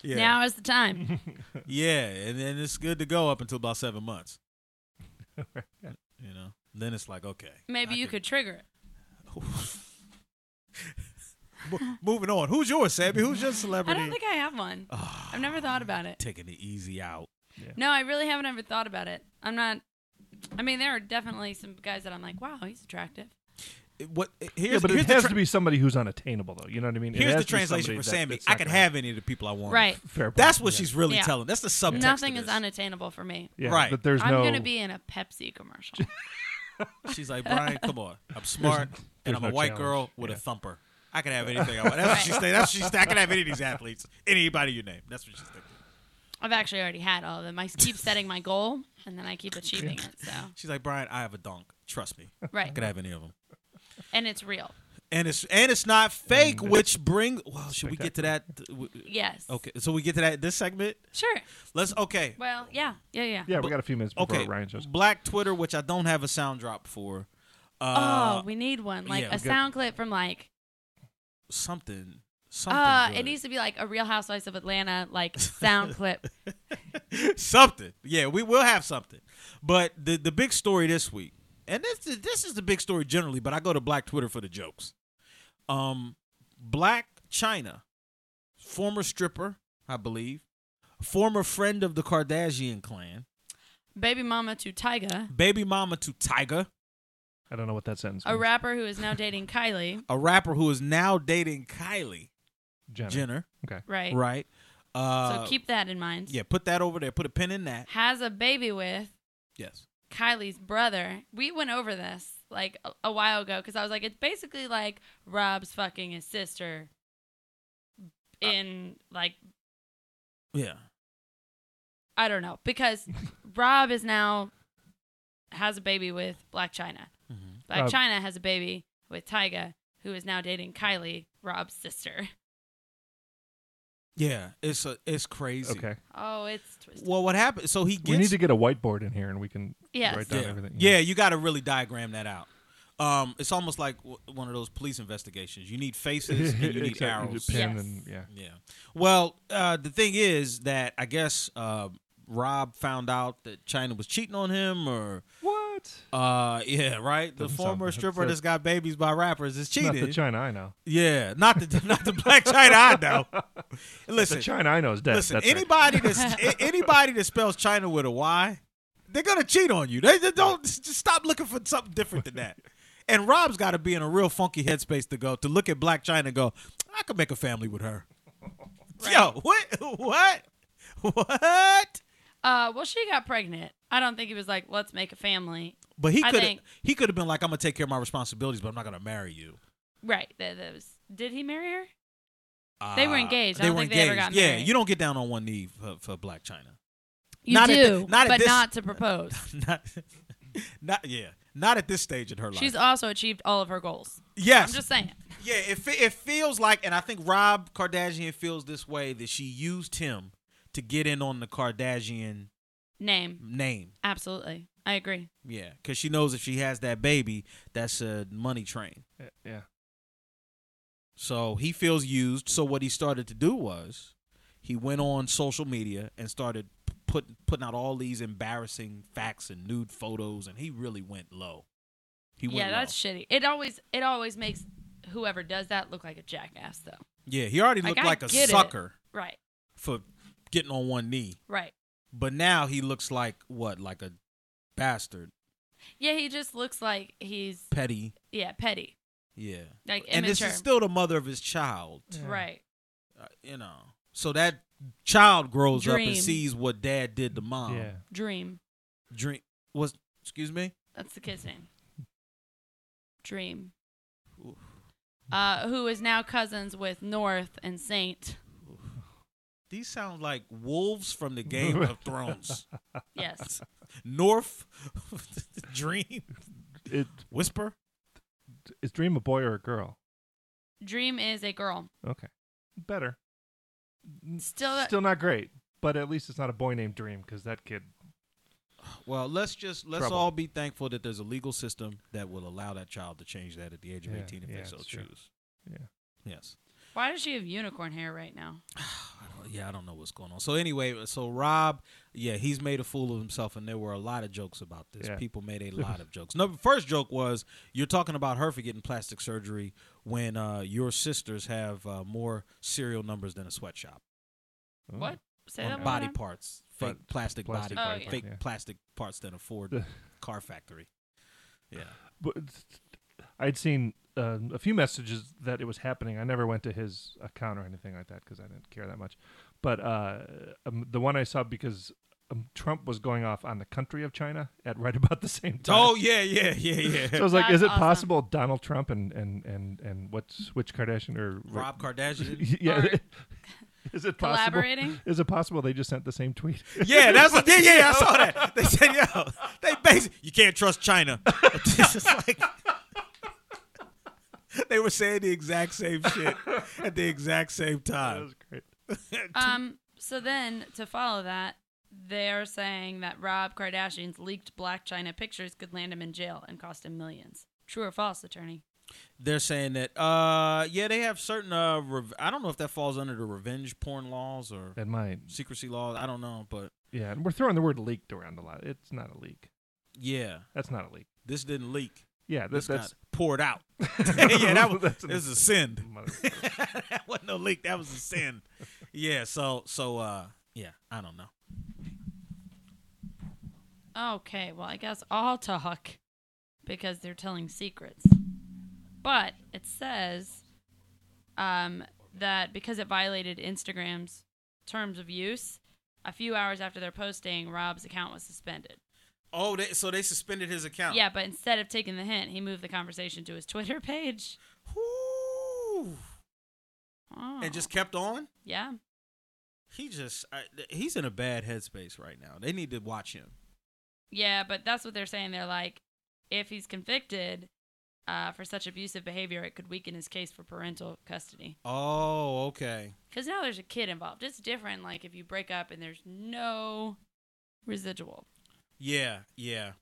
yeah.
Now is the time.
Yeah, and then it's good to go up until about seven months.
Right.
You know, then it's like okay.
Maybe
I
you
can-
could trigger it.
Mo- moving on. Who's yours, Sammy? Who's your
I
celebrity?
don't think I have one. I've never thought about it.
Taking it easy out.
No, I really haven't ever thought about it. I'm not. I mean, there are definitely some guys that I'm like, wow, he's attractive.
what here's
yeah, but
here's
it
the
has
tra-
to be somebody who's unattainable, though. You know what I mean? It
here's
has
the
to be
translation
somebody
for
that-
Sammy.
that's
I
not
can
gonna-
have any of the people I want.
Right.
Fair point.
That's what
yeah.
she's really
Yeah.
telling. That's the subtext. of
Nothing is
this.
unattainable for me.
Yeah,
Right.
But there's
I'm
no.
gonna be in a Pepsi commercial.
She's like, Brian, come on. I'm smart and
there's
I'm a
no
white
challenge.
girl with
Yeah.
a thumper. I can have anything I want. That's what she's saying. That's what she's. I can have any of these athletes, anybody you name. That's what she's thinking.
I've actually already had all of them. I keep setting my goal and then I keep achieving it. So
She's like, Brian, I have a dunk. Trust me. I
right,
can have any of them.
and it's real.
And it's and it's not fake,
Mm.
which bring. Well, should we get to that?
Yes.
Okay, so we get to that this segment.
Sure.
Let's okay.
Well, yeah, yeah, yeah.
Yeah, we got a few minutes before
Okay,
Ryan shows. up.
Black Twitter, which I don't have a sound drop for. Uh,
Oh, we need one like
yeah,
a
we
sound clip from like
something. Something.
uh,
good.
it needs to be like a Real Housewives of Atlanta like sound clip.
something. Yeah, we will have something. But the the big story this week, and this is- this is the big story generally, but I go to Black Twitter for the jokes. Um, Black China, former stripper, I believe, former friend of the Kardashian clan,
Baby mama to Tyga,
baby mama to Tyga,
I don't know what that sentence.
a
means.
rapper who is now dating Kylie.
a rapper who is now dating Kylie
Jenner.
Jenner,
Okay.
Right.
right? Uh,
So keep that in mind.
yeah, put that over there. Put a pin in that.
Has a baby with
Yes.
Kylie's brother. We went over this like a, a while ago because I was like, it's basically like Rob's fucking his sister
Uh,
in like
Yeah.
I don't know because Rob is now has a baby with Black China.
Mm-hmm.
Black
Uh,
China has a baby with Tyga, who is now dating Kylie, Rob's sister.
Yeah. It's a, it's crazy.
Okay.
Oh, it's twisted.
Well, what happened? So he gets.
We need to get a whiteboard in here, and we can
Yes.
write down
yeah.
everything.
Yeah, you got to really diagram that out. Um, it's almost like w- one of those police investigations. You need faces and you need
Exactly.
arrows.
Pen
Yes.
and- yeah.
Yeah. Well, uh, the thing is that I guess uh, Rob found out that China was cheating on him, or
What?
uh, yeah, right. The
Doesn't sound-
former
that's-
stripper
that's-
that's got babies by rappers is
Not the
cheating.
China I know.
yeah, not the not the black China I know.
The
Listen,
China I know is dead.
Listen,
That's right.
anybody that's a- anybody that spells China with a Y, they're gonna cheat on you. They, they don't just stop looking for something different than that. And Rob's got to be in a real funky headspace to go to look at Black China and go, I could make a family with her. Yo, what, what, what?
Uh, well, she got pregnant. I don't think he was like, let's make a family.
But he
I
could
think-
he could have been like, I'm gonna take care of my responsibilities, but I'm not gonna marry you.
Right. That, that was. Did he marry her? They were
Uh,
engaged. I don't think they ever got
yeah,
married.
you don't get down on one knee for, for Black China.
You
Not at
do,
thi- not at
but
this-
not to propose.
not, not yeah, not at this stage in her life.
She's also achieved all of her goals.
yes,
I'm just saying.
Yeah, it fe- it feels like, and I think Rob Kardashian feels this way that she used him to get in on the Kardashian
Name.
name.
Absolutely. I agree.
Yeah, because she knows if she has that baby, that's a money train.
Yeah.
So he feels used. So what he started to do was he went on social media and started p- put putting out all these embarrassing facts and nude photos, and he really went low. He went
yeah,
low.
that's shitty. It always it always makes whoever does that look like a jackass though.
yeah. He already
Like,
looked
I
like a
get it.
sucker
Right.
for getting on one knee.
Right.
But now he looks like what? Like a bastard,
Yeah, he just looks like he's
petty.
yeah, petty.
Yeah.
Like
and this
immature.
is still the mother of his child,
Right.
uh, you know. So that child grows up
Dream.
and sees what dad did to mom.
yeah.
Dream.
Dream was excuse me?
That's the kid's name. Dream. Uh, who is now cousins with North and Saint.
These sound like wolves from the Game of Thrones.
Yes.
North Dream
It,
Whisper.
is Dream a boy or a girl?
Dream is a girl.
Okay. Better.
Still,
Still not great, but at least it's not a boy named Dream because that kid.
Well, let's just let's
Trouble.
all be thankful that there's a legal system that will allow that child to change that at the age of
Yeah,
18 if
yeah,
they so
that's true.
choose.
Yeah.
Yes.
why does she have unicorn hair right now?
Yeah, I don't know what's going on. So anyway, so Rob, yeah, he's made a fool of himself, and there were a lot of jokes about this.
Yeah.
People made a lot of jokes. No, the first joke was you're talking about her for getting plastic surgery when uh, your sisters have uh, more serial numbers than a sweatshop.
Oh.
What? Say
On
that one
Body
more time.
parts, fake
But-
plastic, body,
plastic
body
parts,
parts,
fake
yeah.
plastic parts than a Ford car factory. Yeah,
But, I'd seen uh, a few messages that it was happening. I never went to his account or anything like that because I didn't care that much. But uh, um, the one I saw because um, Trump was going off on the country of China at right about the same time.
Oh yeah, yeah, yeah, yeah.
So I was like, is it
That's awesome.
possible Donald Trump and and and and what's which Kardashian or
Rob Kardashian.
Yeah,
Or-
is it possible?
Collaborating?
Is it possible they just sent the same tweet?
Yeah, that's what. Yeah, yeah, I saw that. They said, "Yo, they basically you can't trust China." It's just like they were saying the exact same shit at the exact same
that
time.
was great.
Um. So then, to follow that, they're saying that Rob Kardashian's leaked Black China pictures could land him in jail and cost him millions. True or false, attorney?
They're saying that. Uh, yeah, they have certain. Uh, rev- I don't know if that falls under the revenge porn laws or
That might.
secrecy laws. I don't know, but
Yeah, and we're throwing the word leaked around a lot. It's not a leak.
yeah,
That's not a leak.
this didn't leak.
Yeah,
This
that's that's
got poured out. yeah, that was.
That's an-
this is a sin.
mother-
that wasn't no leak. That was a sin. yeah. So so uh yeah. I don't know.
Okay. Well, I guess I'll talk because they're telling secrets. But it says um, that because it violated Instagram's terms of use, a few hours after their posting, Rob's account was suspended.
Oh, they, so they suspended his account.
Yeah, but instead of taking the hint, he moved the conversation to his Twitter page.
Whew.
Oh.
And just kept on.
yeah.
He just I, th- he's in a bad headspace right now. They need to watch him.
Yeah, but that's what they're saying. They're like, if he's convicted uh, for such abusive behavior, it could weaken his case for parental custody.
Oh, okay.
Because now there's a kid involved. It's different, like, if you break up and there's no residual.
Yeah, yeah.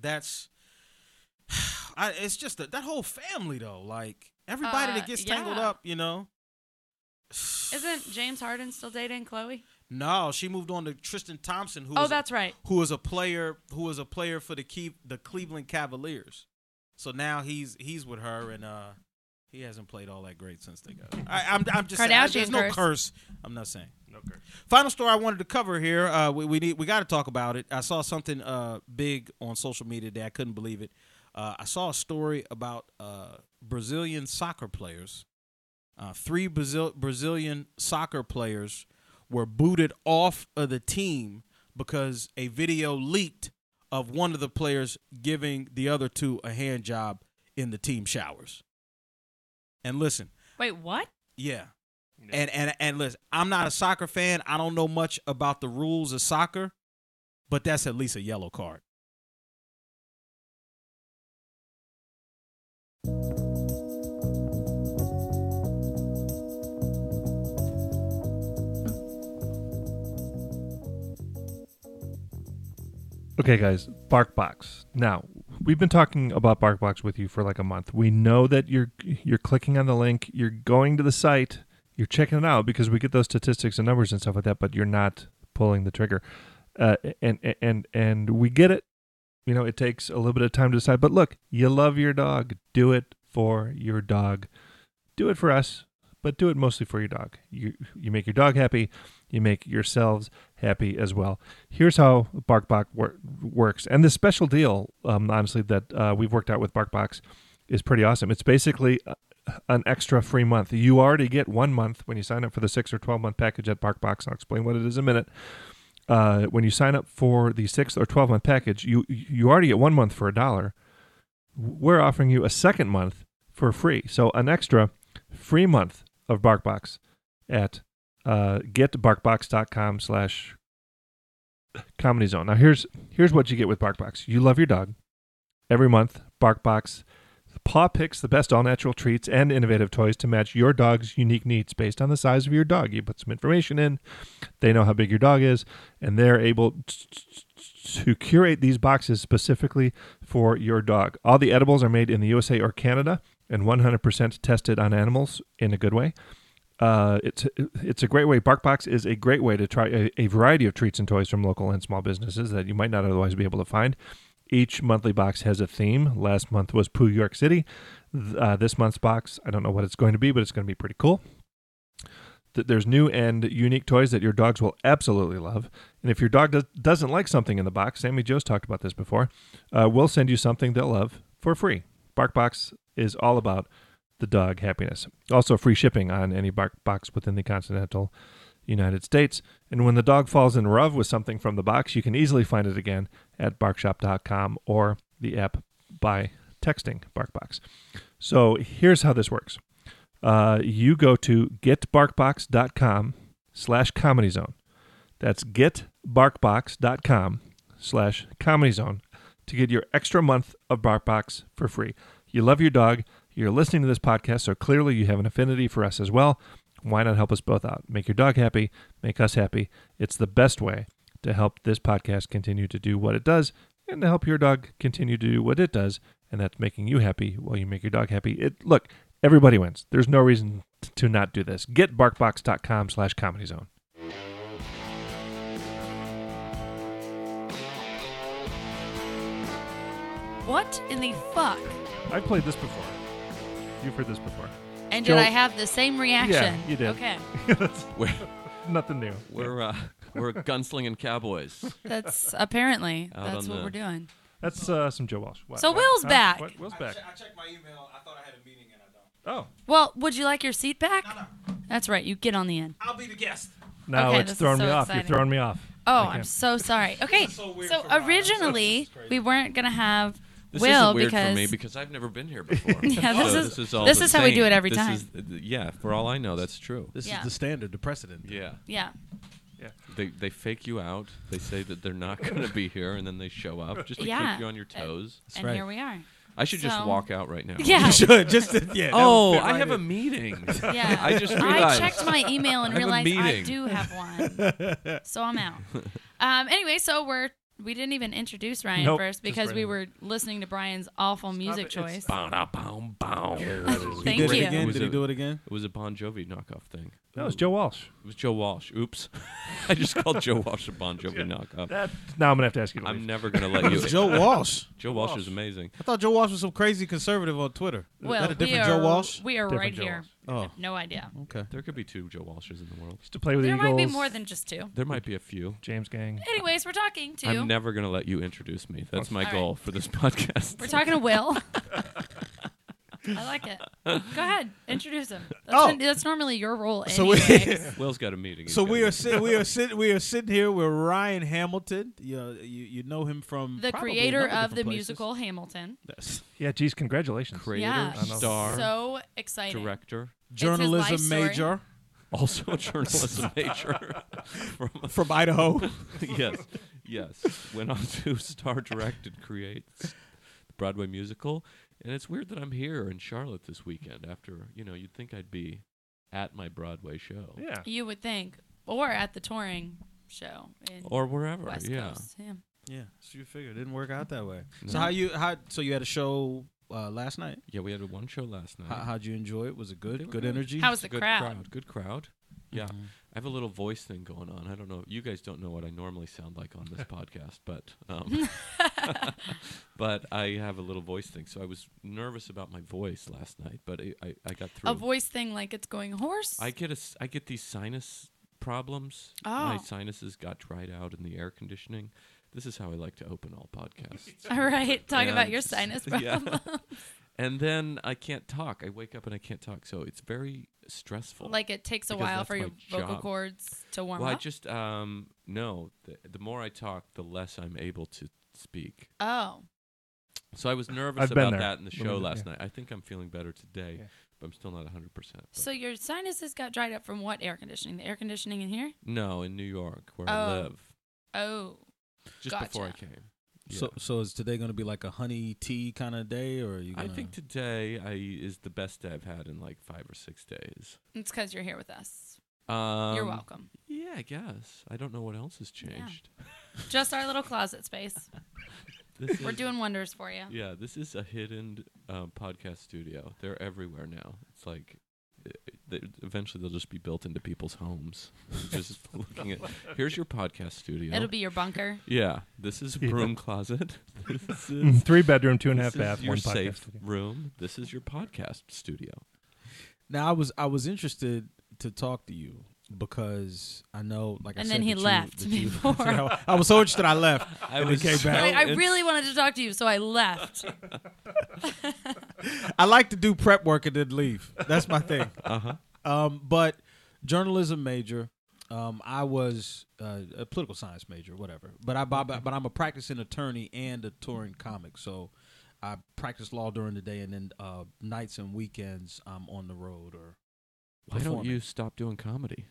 That's. I, it's just that that whole family though. Like everybody
Uh,
that gets tangled
yeah.
up, you know.
Isn't James Harden still dating Chloe?
No, she moved on to Tristan Thompson, who
Oh,
was a-
that's right.
who was a player who was a player for the Ke- the Cleveland Cavaliers. So now he's he's with her, and uh, he hasn't played all that great since they got. I, I'm I'm just saying, I- there's
Kardashian
no
curse.
curse. I'm not saying.
no curse.
Final story I wanted to cover here. Uh, we we need we got to talk about it. I saw something uh big on social media today. I couldn't believe it. Uh, I saw a story about uh Brazilian soccer players. Uh, three Brazil- Brazilian soccer players were booted off of the team because a video leaked of one of the players giving the other two a hand job in the team showers. And listen,
Wait, what?
yeah.
Yeah.
And and and listen, I'm not a soccer fan. I don't know much about the rules of soccer, but that's at least a yellow card.
Okay, guys, BarkBox. Now we've been talking about BarkBox with you for like a month. We know that you're you're clicking on the link, you're going to the site, you're checking it out because we get those statistics and numbers and stuff like that. But you're not pulling the trigger, uh, and and and we get it. You know, it takes a little bit of time to decide. But look, you love your dog. Do it for your dog. Do it for us, but do it mostly for your dog. You you make your dog happy. You make yourselves happy as well here's how BarkBox wor- works. And this special deal, um, honestly, that uh, we've worked out with BarkBox is pretty awesome. It's basically uh, an extra free month. You already get one month when you sign up for the six or 12 month package at BarkBox. I'll explain what it is in a minute. Uh, when you sign up for the six or 12 month package, you, you already get one month for a dollar. We're offering you a second month for free. So an extra free month of BarkBox at uh, getbarkbox.com slash Comedy Zone. Now here's here's what you get with BarkBox. You love your dog. Every month, BarkBox paw picks the best all-natural treats and innovative toys to match your dog's unique needs based on the size of your dog. You put some information in, they know how big your dog is, and they're able t- t- t- to curate these boxes specifically for your dog. All the edibles are made in the USA or Canada and 100% tested on animals in a good way. Uh, it's it's a great way. BarkBox is a great way to try a, a variety of treats and toys from local and small businesses that you might not otherwise be able to find. Each monthly box has a theme. Last month was Pooh York City. Th- Uh, this month's box, I don't know what it's going to be, but it's going to be pretty cool. Th- There's new and unique toys that your dogs will absolutely love. And if your dog does, doesn't like something in the box, Sammy Joe's talked about this before, uh, we'll send you something they'll love for free. BarkBox is all about the dog happiness. Also, free shipping on any BarkBox within the continental United States. And when the dog falls in love with something from the box, you can easily find it again at barkshop.com or the app by texting BarkBox. So here's how this works. Uh, you go to getbarkbox.com slash comedy zone. That's getbarkbox.com slash comedy zone to get your extra month of BarkBox for free. You love your dog. You're listening to this podcast, so clearly you have an affinity for us as well. Why not help us both out? Make your dog happy, make us happy. It's the best way to help this podcast continue to do what it does and to help your dog continue to do what it does, and that's making you happy while you make your dog happy. It look, everybody wins. There's no reason t- to not do this. Get barkbox.com slash comedy zone.
What in the fuck?
I played this before. You've heard this before.
And
Joe-
did I have the same reaction?
you did.
Okay.
That's
We're
nothing new.
we're uh, we're gunslinging cowboys.
That's apparently
Out
that's
on
what
the-
we're doing.
That's uh, some Joe Walsh. What-
So
what-
Will's
huh?
back.
What- Will's
I,
back.
che- I checked my email. I thought I had a meeting and I don't.
Oh,
Well, would you like your seat back? That's right. You get on the end.
I'll be the guest.
now
Okay,
it's
this is
throwing
so
me off.
exciting.
You're throwing me off.
Oh,
I
I'm
can't.
so sorry. Okay.
is so weird
so
for Ryan.
originally
This is
we weren't gonna have
This
Will
isn't weird
because
for me because I've never been here before.
Yeah, this
So
is-
this is all
this
the
is how we do
same.
it every
This
time.
is- uh, yeah, for all I know, that's true.
This
Yeah.
is the standard, the precedent.
Yeah,
yeah.
they they fake you out. They say that they're not going to be here, and then they show up just to
Yeah.
keep you on your toes.
and
right.
here we are.
I should just
So-
walk out right now.
Yeah.
should just yeah. that would
Oh,
fit
I
right
have a
in.
meeting.
Yeah.
I just
I
realized.
checked my email and
I have
realized
a
I
meeting.
do have one. so I'm out. Um, anyway, so we're we didn't even introduce Ryan
Nope, just
first because we
Ryan.
were listening to Brian's awful music
it,
choice.
it's-
Bow, da, bow, bow. It
Did
Thank you.
it again?
Was
Did
it-
he do it again?
was a Bon Jovi knockoff thing.
No, it's Joe Walsh.
It was Joe Walsh. Oops. I just called Joe Walsh a Bon Jovi knockoff.
That, now I'm gonna have to ask you to leave.
I'm never going to let you.
It's Joe Walsh.
Joe Walsh is amazing.
I thought Joe Walsh was some crazy conservative on Twitter.
Well,
is that a different
we are,
Joe Walsh?
We are
Different
right
Joe
here.
Walsh.
I
Oh.
have no idea.
Okay.
There could be two Joe Walshes in the world.
Used to play with
There
Eagles.
might be more than just two.
There might be a few.
James Gang.
Anyways, we're talking to
I'm never going to let you introduce me. That's my
All right.
goal for this podcast.
we're talking to Will. I like it. Go ahead, introduce him. That's,
Oh.
that's normally your role.
So we-
anyway.
Will's got a meeting. He's
So
got
we
a
are
meeting.
sitting, we are sitting, we are sitting here with Ryan Hamilton. You know, you, you know him from
the
probably a
creator
number
of the
different places.
musical Hamilton.
Yes.
Yeah, geez, congratulations.
Creator,
yeah,
star,
so exciting.
director,
life
journalism
story.
major
also a journalism major. From,
from Idaho.
yes, yes. Went on to star, direct, and create the Broadway musical. And it's weird that I'm here in Charlotte this weekend after, you know, you'd think I'd be at my Broadway show
Yeah.
You would think, or at the touring show in
or wherever.
West
yeah.
Coast. Yeah.
yeah, so you figure it didn't work out that way. So
No.
how you how so you had a show uh, last night?
Yeah, we had a one show last night.
How, how'd you enjoy it? Was it good?
They were
Good,
Uh-huh. good.
energy.
How was
It's a
the
good
crowd? Mm-hmm.
Good crowd. Yeah.
Mhm.
I have a little voice thing going on. I don't know. You guys don't know what I normally sound like on this podcast, but um, but I have a little voice thing. So I was nervous about my voice last night, but I, I, I got through.
A voice thing like it's going hoarse.
I get a s I get these sinus problems. My
Oh.
sinuses got dried out in the air conditioning. This is how I like to open all podcasts.
All right, talk about your
And-
sinus
Yeah.
problem.
and then I can't talk. I wake up and I can't talk. So it's very stressful.
like it takes a
Because
while
that's
for your
my
vocal
job.
cords to warm
Well, I
up.
just um no. The, the more I talk, the less I'm able to speak.
oh,
So I was nervous
I've been
about
there.
that in the
Believe
show
it,
last
yeah.
night. I think I'm feeling better today,
Yeah.
but I'm still not 100. percent
so your sinuses got dried up from what air conditioning? The air conditioning in here?
No, in New York where
Oh.
I live,
Oh,
just before I
Gotcha.
came.
So
Yeah.
so is today going to be like a honey tea kind of day, or are you?
I
Gonna,
think today I is the best day I've had in like five or six days.
it's because you're here with us.
Um,
you're welcome.
Yeah, I guess. I don't know what else has
Yeah.
changed.
Just our little closet space.
This
We're
is-
doing wonders for you.
Yeah, this is a hidden um, podcast studio. They're everywhere now. It's like uh, they, eventually they'll just be built into people's homes. just looking at here's your podcast studio.
It'll be your bunker.
yeah, this is
Yeah.
broom closet. This
Mm,
is
Three bedroom, two and a half
this
bath,
is your
one podcast.
safe
studio.
room. This is your podcast studio.
Now I was I was interested to talk to you because I know like I
And
said
then he
that you-
left
that you-
before.
I, was so interested I left.
I
was came so
I, I really wanted to talk to you, so I left.
I like to do prep work and then leave. That's my thing.
Uh huh.
Um, but journalism major. Um, I was uh, a political science major, whatever. But I but, but I'm a practicing attorney and a touring comic. So I practice law during the day, and then uh, nights and weekends I'm on the road or.
Why don't
performing.
you stop doing comedy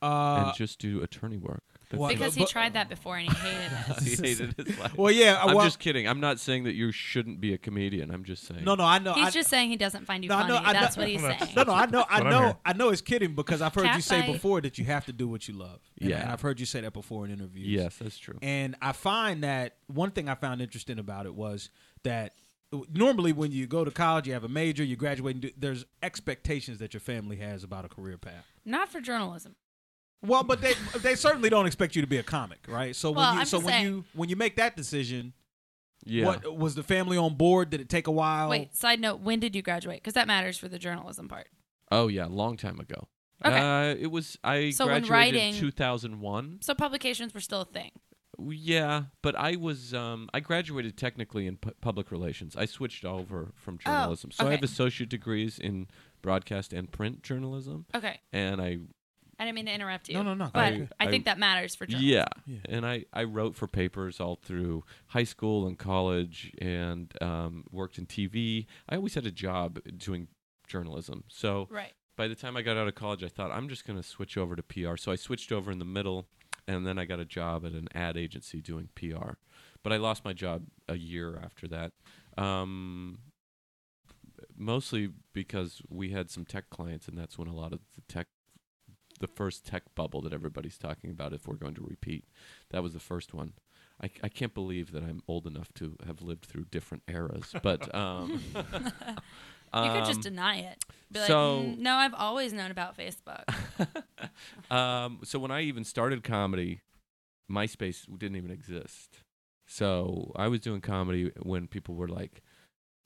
Uh,
and just do attorney work?
Well,
because he
but-
tried that before and he hated it.
he hated his life.
well, yeah.
I'm
well,
just kidding. I'm not saying that you shouldn't be a comedian. I'm just saying.
no, no, I know. I,
He's just saying he doesn't find you
No, I
funny.
know- I know-
That's what he's saying.
No, no, I know, I
That's what I'm
know,
hearing.
I know. It's kidding because I've heard you say
Catfight.
before that you have to do what you love. And-
Yeah.
and I've heard you say that before in interviews.
Yes, that's true.
And I find that one thing I found interesting about it was that normally when you go to college, you have a major, you graduate, and do, there's expectations that your family has about a career path.
Not for journalism.
Well, but they they certainly don't expect you to be a comic, right? So
Well,
when you
I'm
so
just
when
saying-
you when you make that decision,
Yeah.
what was the family on board? Did it take a while?
Wait, side note, when did you graduate? Because that matters for the journalism part.
Oh yeah, long time ago.
Okay.
Uh, it was I
So when
graduated
writing-
in 2001.
So publications were still a thing.
Yeah, but I was um, I graduated technically in pu- public relations. I switched over from journalism, so I
Oh, okay.
have associate degrees in broadcast and print journalism,
Okay.
and I
I didn't mean to interrupt you.
No, no, no.
But I,
I-
think
I-
that matters for journalism.
yeah, and I I wrote for papers all through high school and college, and um, worked in TV. I always had a job doing journalism, so
Right.
by the time I got out of college, I thought I'm just going to switch over to PR. So I switched over in the middle, and then I got a job at an ad agency doing PR. But I lost my job a year after that, um, mostly because we had some tech clients, and that's when a lot of the tech, the first tech bubble that everybody's talking about. If we're going to repeat, that was the first one. I, I can't believe that I'm old enough to have lived through different eras, but um,
You could just
um,
deny it. Be like,
so-
"Mm, no, I've always known about Facebook.
um, so when I even started comedy, MySpace didn't even exist. So I was doing comedy when people were like,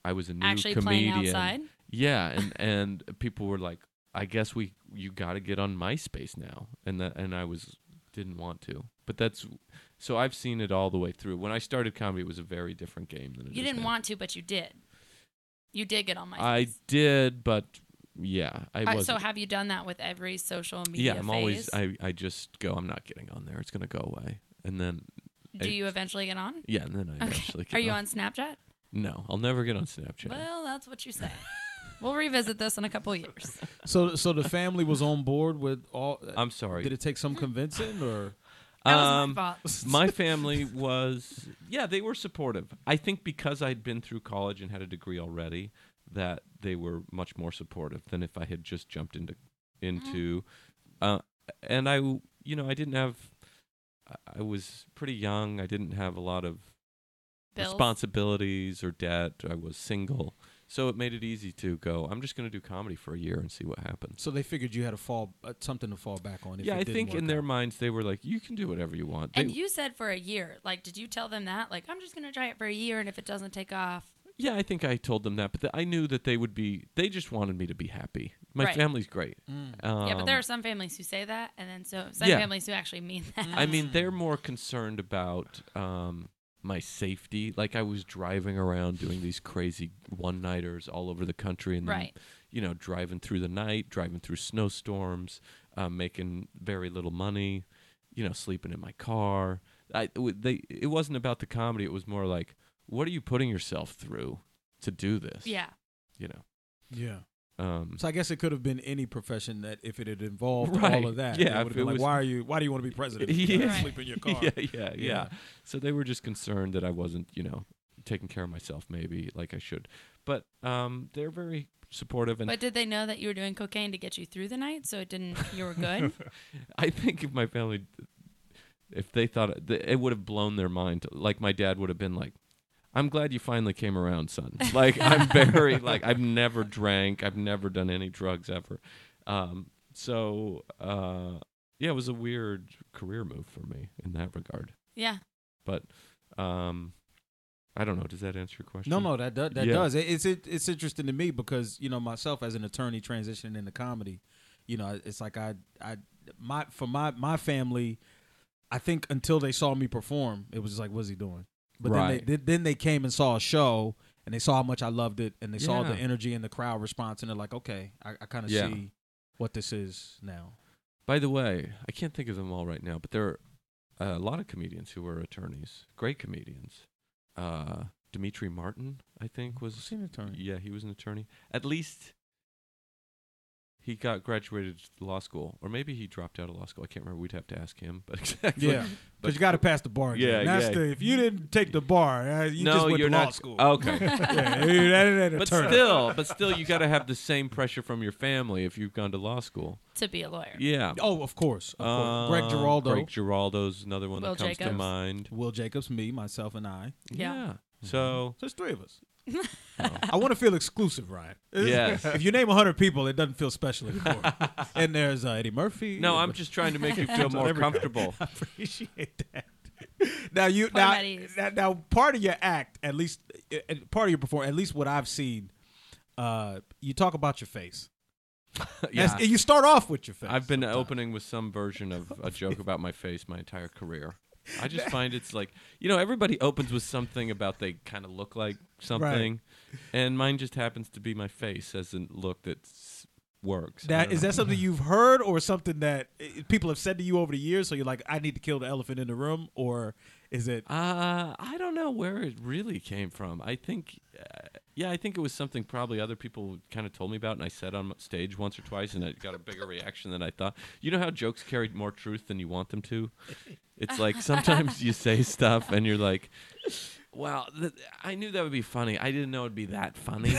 I was a new
Actually
comedian.
playing outside.
Yeah, and and people were like, I guess we you got to get on MySpace now, and that and I was didn't want to, but that's so I've seen it all the way through. When I started comedy, it was a very different game than it
You
is
didn't
now.
want to, but you did. You did get on my
I did, but yeah, I was.
so have you done that with every social media
yeah, I'm
phase?
always I I just go. I'm not getting on there. It's gonna go away, and then
Do
I-
you eventually get on?
Yeah, and then I
Okay.
actually get
Are you on Snapchat?
No, I'll never get on Snapchat.
Well, that's what you say. we'll revisit this in a couple years.
So so the family was on board with all.
I'm sorry.
Did it take some convincing or?
That was my
um,
fault.
my family was yeah, they were supportive. I think because I'd been through college and had a degree already, that they were much more supportive than if I had just jumped into
Mm.
into uh, and I you know, I didn't have I- I was pretty young. I didn't have a lot of
Bills.
responsibilities or debt. I was single. So it made it easy to go, I'm just going to do comedy for a year and see what happens.
So they figured you had a fall uh, something to fall back on. If
yeah,
it
I
didn't
think
work
in their
out.
minds they were like, "You can do whatever you want." They,
And you said for a year. Like, did you tell them that? Like, I'm just gonna try it for a year, and if it doesn't take off,
yeah, I think I told them that, but th- I knew that they would be. They just wanted me to be happy. My
Right.
family's great.
yeah. But there
Um,
are some families who say that, and then so some
Yeah. Mm-hmm.
families who actually mean that.
I mean, they're more concerned about um, my safety. Like I was driving around doing these crazy one-nighters all over the country, and then,
Right.
you know, driving through the night, driving through snowstorms, uh, making very little money, you know, sleeping in my car. I w- they it wasn't about the comedy. It was more like, what are you putting yourself through to do this?
yeah.
you know.
Yeah.
Um,
So I guess it could have been any profession that if it had involved
Right.
all of that,
Yeah,
it would have
if
been
it
like,
was-
why are you? Why do you want to be president? if you
Yeah.
gotta
Right.
sleep in your car.
Yeah, yeah, yeah,
Yeah.
So they were just concerned that I wasn't, you know, taking care of myself maybe like I should. But um, they're very supportive, and
But did they know that you were doing cocaine to get you through the night, so it didn't? You were good.
I think if my family, if they thought it, it would have blown their mind. Like my dad would have been like. I'm glad you finally came around, son. Like I'm very like I've never drank, I've never done any drugs ever. Um, so uh, yeah, it was a weird career move for me in that regard.
yeah.
but um i don't know does that answer your question
No, no, that does, that
Yeah.
does. It, it's it, it's interesting to me because you know myself as an attorney transitioning into comedy, you know, it's like I I my for my my family, I think until they saw me perform, it was like, what's he doing? But then
Right.
they then they came and saw a show. and they saw how much I loved it, and they saw the
Yeah.
energy in the crowd response, and they're like, okay, I, I kind of
Yeah.
see what this is now.
By the way, I can't think of them all right now, but there are uh, a lot of comedians who were attorneys, great comedians. Uh, Dimitri Martin, I think, was
Was he an attorney?
Yeah, he was an attorney. At least he got graduated law school, or maybe he dropped out of law school. I can't remember. We'd have to ask him. But exactly.
Yeah, but you got to pass the bar.
Yeah,
Yeah, that's
yeah.
the if you didn't take the bar, uh, you
no,
just went
you're
to
not
law school.
Okay.
yeah, you- that ain't an
but
attorney.
still, but still, you got to have the same pressure from your family if you've gone to law school.
to be a lawyer.
Yeah.
oh, of course, of course. Greg
Um,
Giraldo,
Greg Giraldo's another one
Will
that comes to
Jacobs.
mind.
Will Jacobs, me, myself, and I.
Yeah.
Mm-hmm.
So
So there's three of us. I want to feel exclusive, Ryan.
Oh. Yes.
if you name 100 people, it doesn't feel special anymore. and there's uh, Eddie Murphy.
no, I'm just trying to make you feel more comfortable.
I appreciate that. Now you
Put 'em
now,
at ease.
now now part of your act, at least uh, uh, part of your performance, at least what I've seen, uh, you talk about your face.
yeah.
That's- you start off with your face.
I've been
sometimes.
opening with some version of a joke about my face my entire career. I just find it's like you know everybody opens with something about they kind of look like something, and mine just happens to be my face as a look that s- works. I
That
don't
is
know.
that something you've heard or something that uh, people have said to you over the years? So you're like, I need to kill the elephant in the room, or is it?
Uh, I don't know where it really came from. I think, uh, yeah, I think it was something probably other people kind of told me about, and I said on stage once or twice, and I got a bigger reaction than I thought. You know how jokes carry more truth than you want them to? It's like sometimes you say stuff, and you're like, "Wow, th- I knew that would be funny. I didn't know it'd be that funny."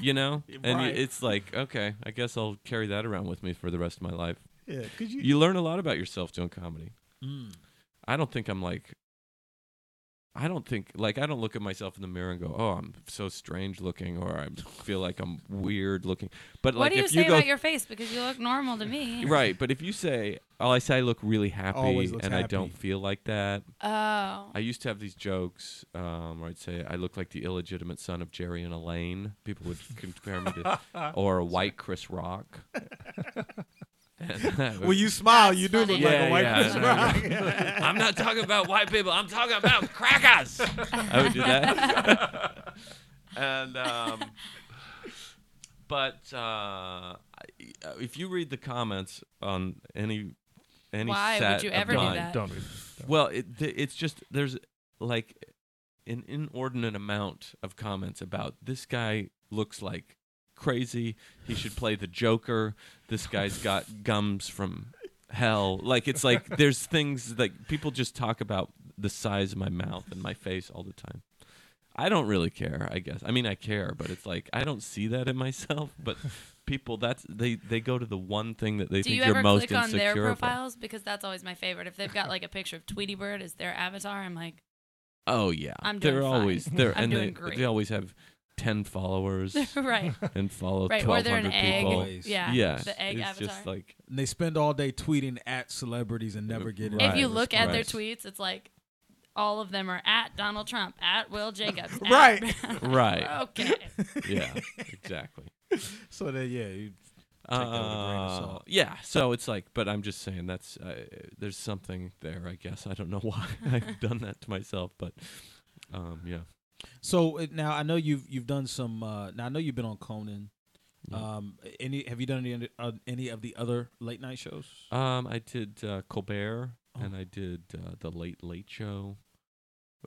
you know, and you-
Right.
it's like, okay, I guess I'll carry that around with me for the rest of my life
Yeah, 'cause you,
you learn a lot about yourself doing comedy.
Mm.
I don't think I'm like. I don't think like I don't look at myself in the mirror and go, "Oh, I'm so strange looking," or "I feel like I'm weird looking." But
what
like
do you
if
say
you go
about your face? Because you look normal to me.
right, but if you say, "Oh, I say I look really happy,"
Always
and
looks
I don't
happy.
feel like that,
Oh.
I used to have these jokes um, where I'd say I look like the illegitimate son of Jerry and Elaine. People would compare me to, or a white Chris Rock. And-
when you smile, you do
That's
look
funny.
like a white
yeah,
person.
and I would- I'm not talking about white people. I'm talking about crackers. I would do that. and um, but uh, I- uh, if you read the comments on any any
Why would
set
you
of
ever do
mine-
that?
Don't read.
Well, it, th- it's just there's like an inordinate amount of comments about this guy looks like crazy. He should play the Joker. This guy's got gums from hell. Like it's like there's things like people just talk about the size of my mouth and my face all the time. I don't really care, I guess. I mean, I care, but it's like I don't see that in myself. But people, that's they they go to the one thing that
do
they think
you
are
ever
most
click on
insecure
their
about.
profiles? Because that's always my favorite. If they've got like a picture of Tweety Bird as their avatar, I'm like,
Oh yeah,
I'm
they're
doing fine.
always they're
I'm
and
doing
they,
great.
they always have ten followers
right,
and follow
right, or
twelve
they're an
hundred
egg.
people.
Always.
Yeah,
yeah,
the egg
it's
avatar.
just like
And they spend all day tweeting at celebrities and never get
if
If Right,
you look at their
right.
tweets, it's like all of them are at Donald Trump, at Will Jacobs, at-
Right.
right,
okay.
yeah, exactly.
So that yeah, you, that with a grain of
Uh,
salt.
yeah, so it's like, but I'm just saying that's uh, there's something there. I guess I don't know why I've done that to myself, but um, yeah,
so uh, now I know you've you've done some. Uh, now I know you've been on Conan.
Yeah.
Um, any have you done any uh, any of the other late night shows?
um, I did uh, Colbert and
Oh.
I did uh, the Late Late Show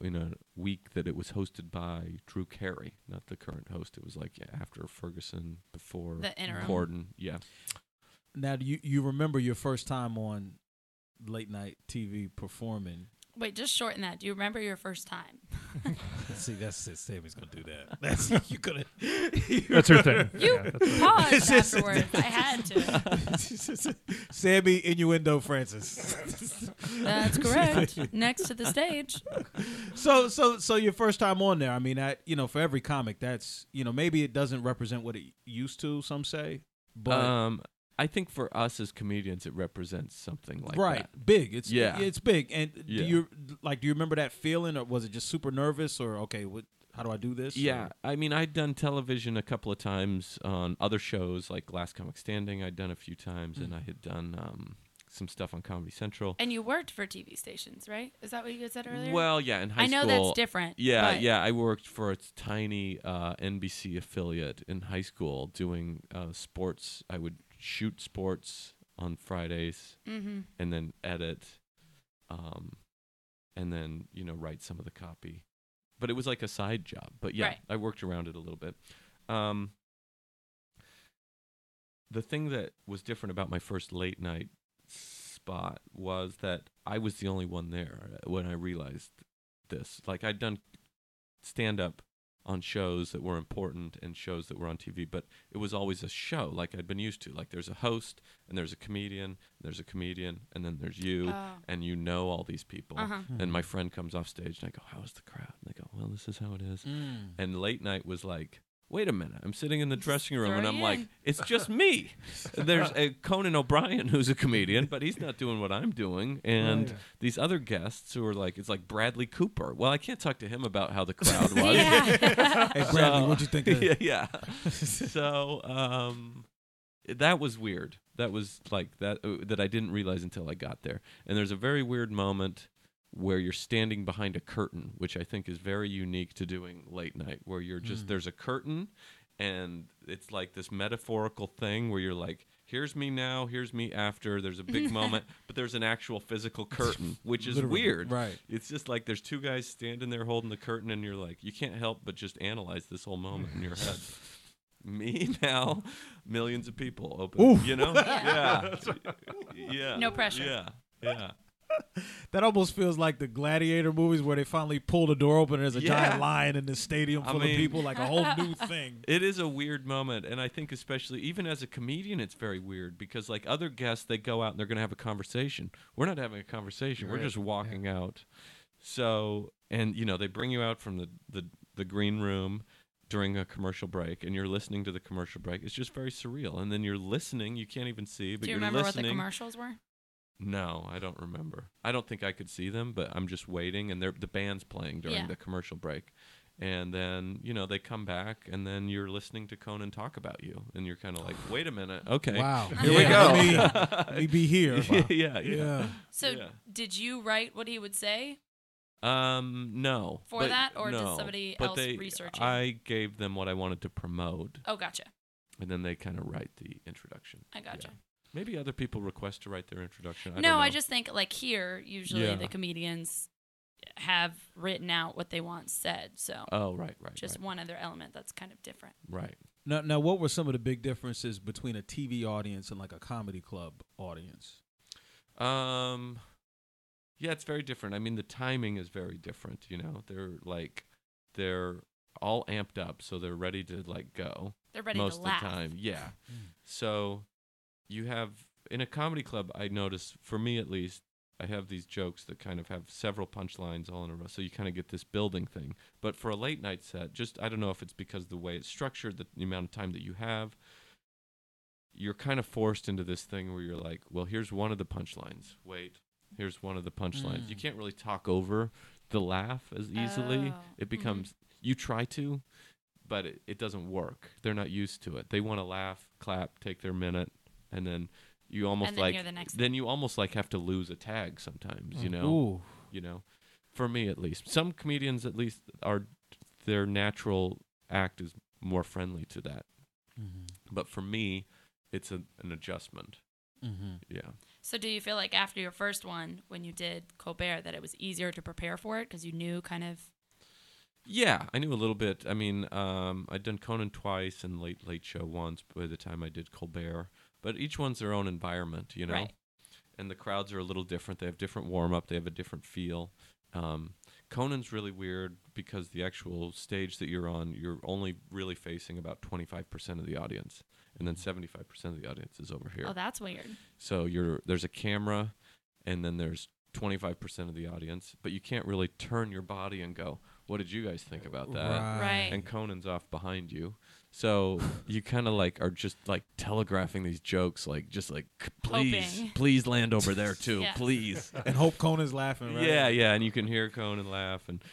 in a week that it was hosted by Drew Carey, not the current host. It was like after Ferguson, before
The interim.
Corden. Yeah,
Now do you you remember your first time on late night TV performing?
Wait, just shorten that. Do you remember your first time?
See, that's it. Sammy's gonna do that. That's you gonna.
That's her thing.
You
Yeah, that's her thing.
paused
It's just-
afterwards. I had to.
Sammy innuendo Francis.
That's correct. Next to the stage.
so so so your first time on there i mean i you know for every comic that's you know maybe it doesn't represent what it used to some say but
um, I think for us as comedians, it represents something like
right
that.
big it's
Yeah.
it's big and
Yeah.
do you like do you remember that feeling or was it just super nervous or okay what how do i do this
Yeah,
Or-
I mean, I'd done television a couple of
Mm.
times on other shows, like Last Comic Standing. I'd done a few times, and I had done um, some stuff on Comedy Central.
And you worked for TV stations, right? Is that what you had said earlier?
Well, yeah, in high
I know
school.
that's different.
Yeah,
but-
yeah. I worked for a tiny uh, NBC affiliate in high school doing uh, sports. I would shoot sports on Fridays
Mhm.
and then edit, um, and then you know write some of the copy. But it was like a side job. But yeah,
Right.
I worked around it a little bit. Um, the thing that was different about my first late night spot was that I was the only one there when I realized this. Like I'd done stand up on shows that were important and shows that were on TV, but it was always a show like I'd been used to. Like there's a host and there's a comedian, and there's a comedian, and then there's you,
Oh.
and you know all these people.
Uh-huh.
And my friend comes off stage and I go, "How's the crowd?" And they go, "Well, this is how it is."
Mm.
And late night was like, wait a minute, I'm sitting in the dressing room
throw
and
it
I'm like,
in.
it's just me. There's a Conan O'Brien who's a comedian, but he's not doing what I'm doing. And
yeah.
these other guests who are like, it's like Bradley Cooper. Well, I can't talk to him about how the crowd was.
Yeah.
Hey Bradley, what you think? Of
yeah, yeah. so um, that was weird. That was like that uh, that I didn't realize until I got there. And there's a very weird moment where you're standing behind a curtain, which I think is very unique to doing late night, where you're
Hmm.
just there's a curtain, and it's like this metaphorical thing where you're like. Here's me now, here's me after. There's a big moment, but there's an actual physical curtain, which is
Literally,
weird.
right.
It's just like there's two guys standing there holding the curtain, and you're like, you can't help but just analyze this whole moment in your head. Me now, millions of people open. You know? Yeah. yeah.
No pressure.
Yeah. Yeah.
That almost feels like the gladiator movies where they finally pull the door open and there's a
Yeah.
giant lion in the stadium
I
full
mean-
of people, like a whole new thing.
It is a weird moment, and I think especially even as a comedian, it's very weird because like other guests, they go out and they're going to have a conversation. We're not having a conversation. We're just walking out. So and you know they bring you out from the the the green room during a commercial break, and you're listening to the commercial break. It's just very surreal. And then you're listening. You can't even see, but
Do you
are
remember what the
listening.
commercials were?
No, I don't remember. I don't think I could see them, but I'm just waiting, and they're, the band's playing during
Yeah.
the commercial break. And then, you know, they come back, and then you're listening to Conan talk about you, and you're kind of like, wait a minute. Okay.
Wow.
Here we
Yeah,
go.
Let me, let me be here.
yeah, yeah,
Yeah.
So,
Yeah.
did you write what he would say?
Um, no.
For
but-
that, or did
no,
somebody
but
else
they,
research it?
I gave them what I wanted to promote,
Oh, gotcha.
and then they kind of write the introduction.
I gotcha.
Yeah. Maybe other people request to write their introduction. I
no,
don't
I
know.
just think like here, usually
Yeah.
the comedians have written out what they want said. So,
Oh, right, right.
just
right,
one other element that's kind of different.
right.
Now, now, what were some of the big differences between a TV audience and like a comedy club audience?
Um, yeah, it's very different. I mean, the timing is very different. You know, they're like they're all amped up, so they're ready to like go
They're ready
most
to
of
laugh.
the time. Yeah. so you have in a comedy club. I notice for me at least. I have these jokes that kind of have several punchlines all in a row, so you kind of get this building thing. But for a late night set, just I don't know if it's because the way it's structured, the, the amount of time that you have, you're kind of forced into this thing where you're like, well, here's one of the punchlines. Wait, here's one of the punchlines. You
Mm.
can't really talk over the laugh as easily.
Oh,
It
mhm.
becomes you try to, but it, it doesn't work. They're not used to it. They want to laugh, clap, take their minute, and then you almost
And then
like
you're the next-
then you almost like have to lose a tag sometimes. You know,
Mm. Ooh.
you know, for me at least. Some comedians at least are their natural act is more friendly to that, but for me, it's a, an adjustment. Yeah.
So, do you feel like after your first one, when you did Colbert, that it was easier to prepare for it because you knew kind of
Yeah, I knew a little bit. I mean, um, I'd done Conan twice and Late Late Show once by the time I did Colbert, but each one's their own environment, you know?
Right.
And the crowds are a little different. They have different warm up, they have a different feel. Um, Conan's really weird because the actual stage that you're on, you're only really facing about 25% of the audience, and then 75% of the audience is over here.
oh, that's weird.
So you're there's a camera, and then there's 25% of the audience, but you can't really turn your body and go, "What did you guys think about that?"
Right.
And Conan's off behind you, so you kind of like are just like telegraphing these jokes, like just like "C- please,
Hoping.
please land over there too,
Yeah.
please.
And Hope Conan's laughing, right?
Yeah, yeah, and you can hear Conan laugh. And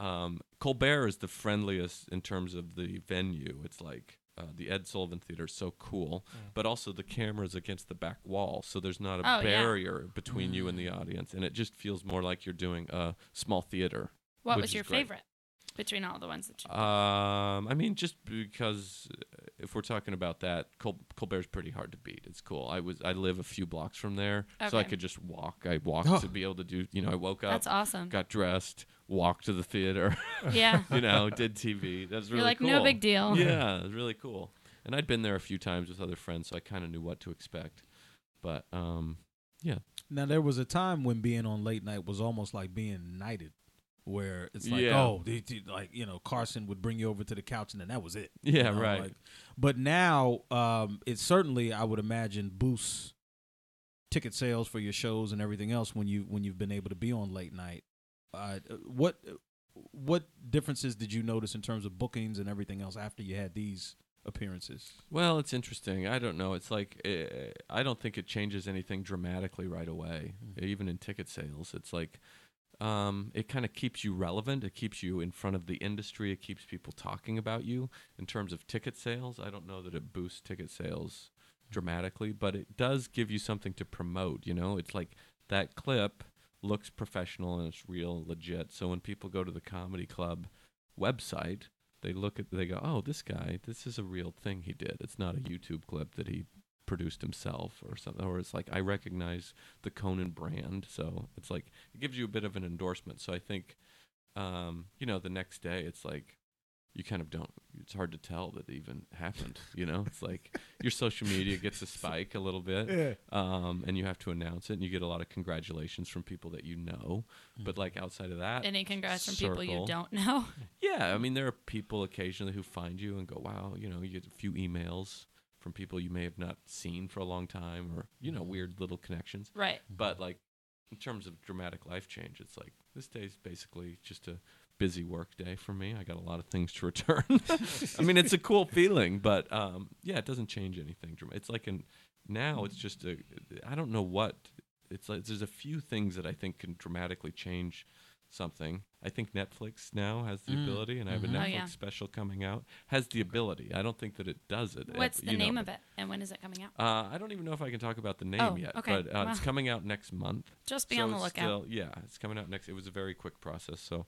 um, Colbert is the friendliest in terms of the venue. It's like uh, the Ed Sullivan Theater is so cool, but also the camera's against the back wall, so there's not a
Oh, yeah.
barrier between you and the audience, and it just feels more like you're doing a small theater.
What
which
was
is
your
great.
favorite between all the ones that you?
Um, I mean, just because uh, if we're talking about that, Col- Colbert's pretty hard to beat. It's cool. I was I live a few blocks from there, so I
Okay.
could just walk. I walked to be able to do. You know, I woke up,
That's awesome.
got dressed, walked to the theater.
Yeah.
you know, did TV. That's really
You're like
cool.
no big deal.
Yeah, it's really cool. And I'd been there a few times with other friends, so I kind of knew what to expect. But um,
Now there was a time when being on late night was almost like being knighted, where it's like,
Yeah.
oh, they, they- like you know, Carson would bring you over to the couch, and then that was it. you
Yeah,
know,
right.
like- but now, um, it certainly, I would imagine, boosts ticket sales for your shows and everything else when you when you've been able to be on late night. Uh, what what differences did you notice in terms of bookings and everything else after you had these appearances?
Well, it's interesting. I don't know. It's like uh, I don't think it changes anything dramatically right away. Even in ticket sales, it's like um, it kind of keeps you relevant. It keeps you in front of the industry. It keeps people talking about you. In terms of ticket sales, I don't know that it boosts ticket sales dramatically, but it does give you something to promote. You know, it's like that clip looks professional and it's real, legit. So when people go to the comedy club website, they look at they go oh this guy this is a real thing he did it's not a youtube clip that he produced himself or something or it's like i recognize the conan brand so it's like it gives you a bit of an endorsement so i think um you know the next day it's like you kind of don't it's hard to tell that it even happened you know it's like your social media gets a spike a little bit um and you have to announce it and you get a lot of congratulations from people that you know but like outside of that
Any congrats from people you
circle-
don't know?
yeah, I mean, there are people occasionally who find you and go, "Wow, you know, you get a few emails from people you may have not seen for a long time, or you know, weird little connections."
Right.
But like, in terms of dramatic life change, it's like this day's basically just a busy work day for me. I got a lot of things to return. I mean, it's a cool feeling, but um, yeah, it doesn't change anything. dram- It's like an now it's just a I don't know what it's like. There's a few things that I think can dramatically change something. I think Netflix now has the ability, and I have a
Oh,
Netflix
yeah.
special coming out. Has the ability. I don't think that it does it.
What's
ev-
the
you know,
name
but-
of it, and when is it coming out?
uh, I don't even know if I can talk about the name
Oh,
yet,
okay.
but uh, it's
Wow.
coming out next month.
Just be
so
on the
it's
lookout.
Still, yeah, it's coming out next. It was a very quick process, so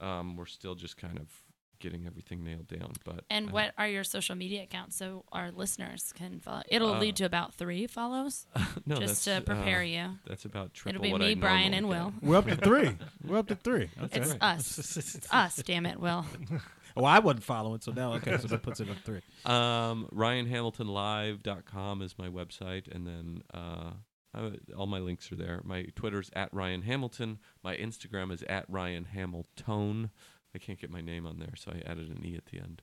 um, we're still just kind of getting everything nailed down. But
and
uh,
what are your social media accounts so our listeners can follow? It'll
Uh,
lead to about three follows,
no,
just to
that's,
prepare
uh,
you.
That's about triple
It'll be
what
me,
I
Brian, and
normally
Will.
get.
We're up to three. We're up to three. Okay.
It's us. It's us. Damn it, Will.
Well, I wasn't following, so now okay, so that puts it at three.
Um, RyanHamiltonLive.com is my website, and then uh, I, all my links are there. My Twitter's at Ryan Hamilton. My Instagram is at Ryan Hamilton. I can't get my name on there, so I added an e at the end.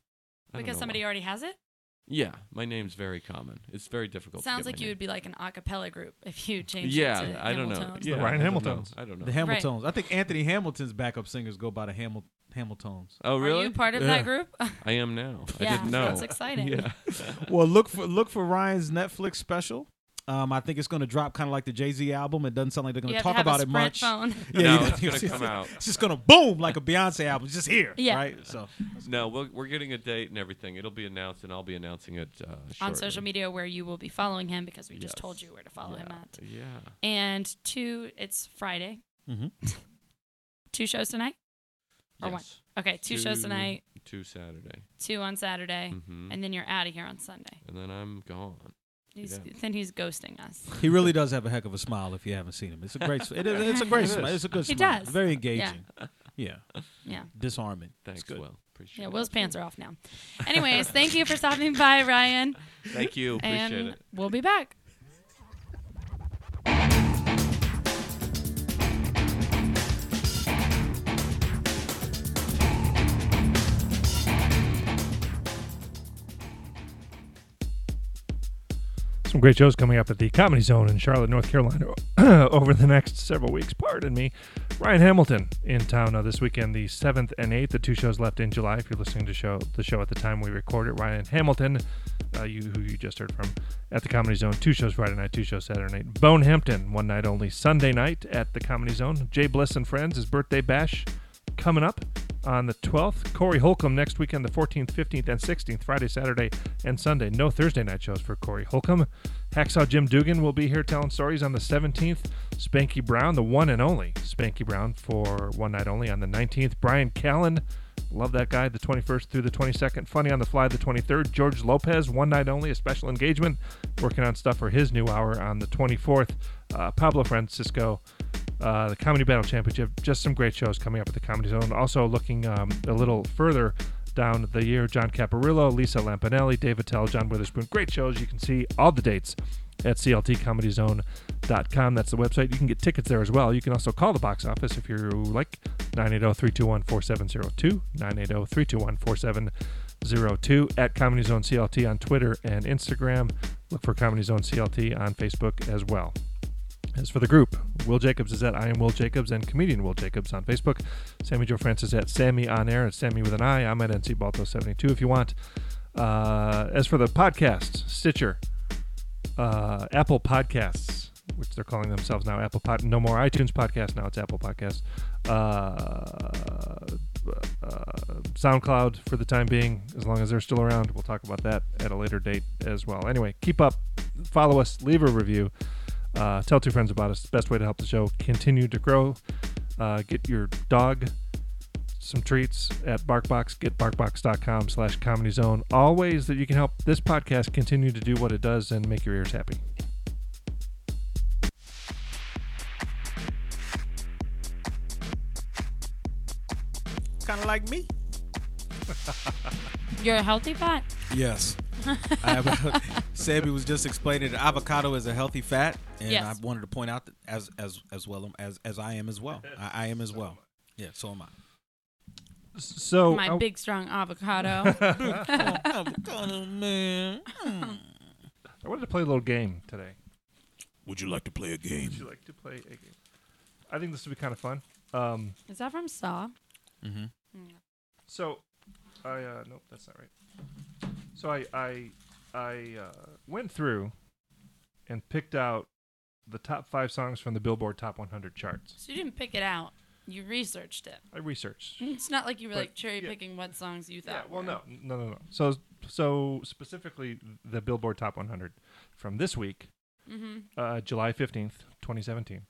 I don't know
Because
why.
somebody already has it.
Yeah, my name's very common. It's very difficult. to
Sounds
get
like
my
you would be
name.
like an a cappella group if you changed
Yeah,
it to
I don't know.
Hamilton.
Yeah,
The Ryan
I don't know.
Hamiltons.
I don't know.
The Hamiltones. I think Anthony Hamilton's backup singers go by the Hamil- Hamiltones.
oh,
Are
really?
you part of
Yeah.
that group?
I am now. I
Yeah,
didn't know.
that's exciting.
Yeah.
well, look for look for Ryan's Netflix special. Um, I think it's going to drop kind of like the Jay Z album. It doesn't sound like they're going
you
to
have
talk
to have
about
a
it
Sprint
much.
phone.
No,
you-
it's gonna come out.
It's just going to boom like a Beyonce album. It's just here,
Yeah.
right? So
No, we're, we're getting a date and everything. It'll be announced, and I'll be announcing it uh,
on
shortly.
social media where you will be following him because we just
Yes.
told you where to follow him at.
Yeah. yeah.
And two, it's Friday.
Mhm.
two shows tonight? Or one.
yes.
Okay, Oh, two, shows
Two-
tonight,
Two Saturday.
two on Saturday,
hmm
and then you're out of here on Sunday.
And then I'm gone.
He's,
Yeah.
Then he's ghosting us.
he really does have a heck of a smile. If you haven't seen him, it's a great. It is, it's a great
It
smile.
is.
It's a good
He
smile.
does.
Very engaging. Yeah,
Yeah.
disarming.
Thanks,
it's good.
Will. Appreciate
Yeah,
it.
Will's pants are off now. Anyways, thank you for stopping by, Ryan.
Thank you. Appreciate
And
it.
we'll be back.
Some great shows coming up at the Comedy Zone in Charlotte, North Carolina over the next several weeks. Pardon me. Ryan Hamilton in town uh, this weekend, the 7th and 8th, the two shows left in July. If you're listening to show the show at the time we record it, Ryan Hamilton, uh, you who you just heard from, at the Comedy Zone, two shows Friday night, two shows Saturday night. Bonehampton, one night only, Sunday night at the Comedy Zone. Jay Bliss and Friends, his birthday bash coming up. on the 12th. Corey Holcomb next weekend, the 14th, 15th, and 16th, Friday, Saturday, and Sunday. No Thursday night shows for Corey Holcomb. Hacksaw Jim Dugan will be here telling stories on the 17th. Spanky Brown, the one and only Spanky Brown for one night only on the 19th. Brian Callen, love that guy, the 21st through the 22nd. Funny on the Fly, the 23rd. George Lopez, one night only, a special engagement, working on stuff for his new hour on the 24th. Uh, Pablo Francisco, uh, the Comedy Battle Championship. Just some great shows coming up at the Comedy Zone. Also, looking um, a little further down the year, John Caparillo, Lisa Lampanelli, David Tell, John Witherspoon. Great shows. You can see all the dates at cltcomedyzone.com. That's the website. You can get tickets there as well. You can also call the box office if you like oh, 980 321 4702, 980 321 4702, at Comedy Zone CLT on Twitter and Instagram. Look for Comedy Zone CLT on Facebook as well. As for the group, Will Jacobs is at I am Will Jacobs and comedian Will Jacobs on Facebook. Sammy Joe Francis at Sammy on air at Sammy with an I. I'm at NC Balto 72 if you want. Uh, as for the podcast, Stitcher, uh, Apple Podcasts, which they're calling themselves now Apple Pod, no more iTunes Podcast, now it's Apple Podcast. Uh, uh, SoundCloud for the time being, as long as they're still around. We'll talk about that at a later date as well. Anyway, keep up, follow us, leave a review, uh, tell two friends about us. Best way to help the show continue to grow. Uh, get your dog some treats at BarkBox. Get BarkBox.com slash Comedy Zone. All ways that you can help this podcast continue to do what it does and make your ears happy.
Kind of like me.
You're a healthy fat.
Yes. I have- Sammy was just explaining that avocado is a healthy fat, and
Yes.
I wanted to point out that as as as well um, as as I am as well. I, I am as well. Yeah, so am I. Oh,
So
My
I-
big strong avocado.
Avocado man.
I wanted to play a little game today.
Would you like to play a game?
Would you like to play a game? I think this would be kind of fun. Um,
Is that from Saw?
Mm-hmm.
so, I uh, nope, that's not right. So I I I uh, went through and picked out the top five songs from the Billboard Top 100 charts.
So you didn't pick it out. You researched it.
I researched.
It's not like you were
But-
like cherry
yeah.
picking what songs you thought.
well,
were.
no, no, no, no. So so specifically the Billboard Top 100 from this week
Mhm.
uh, July 15th, 2017.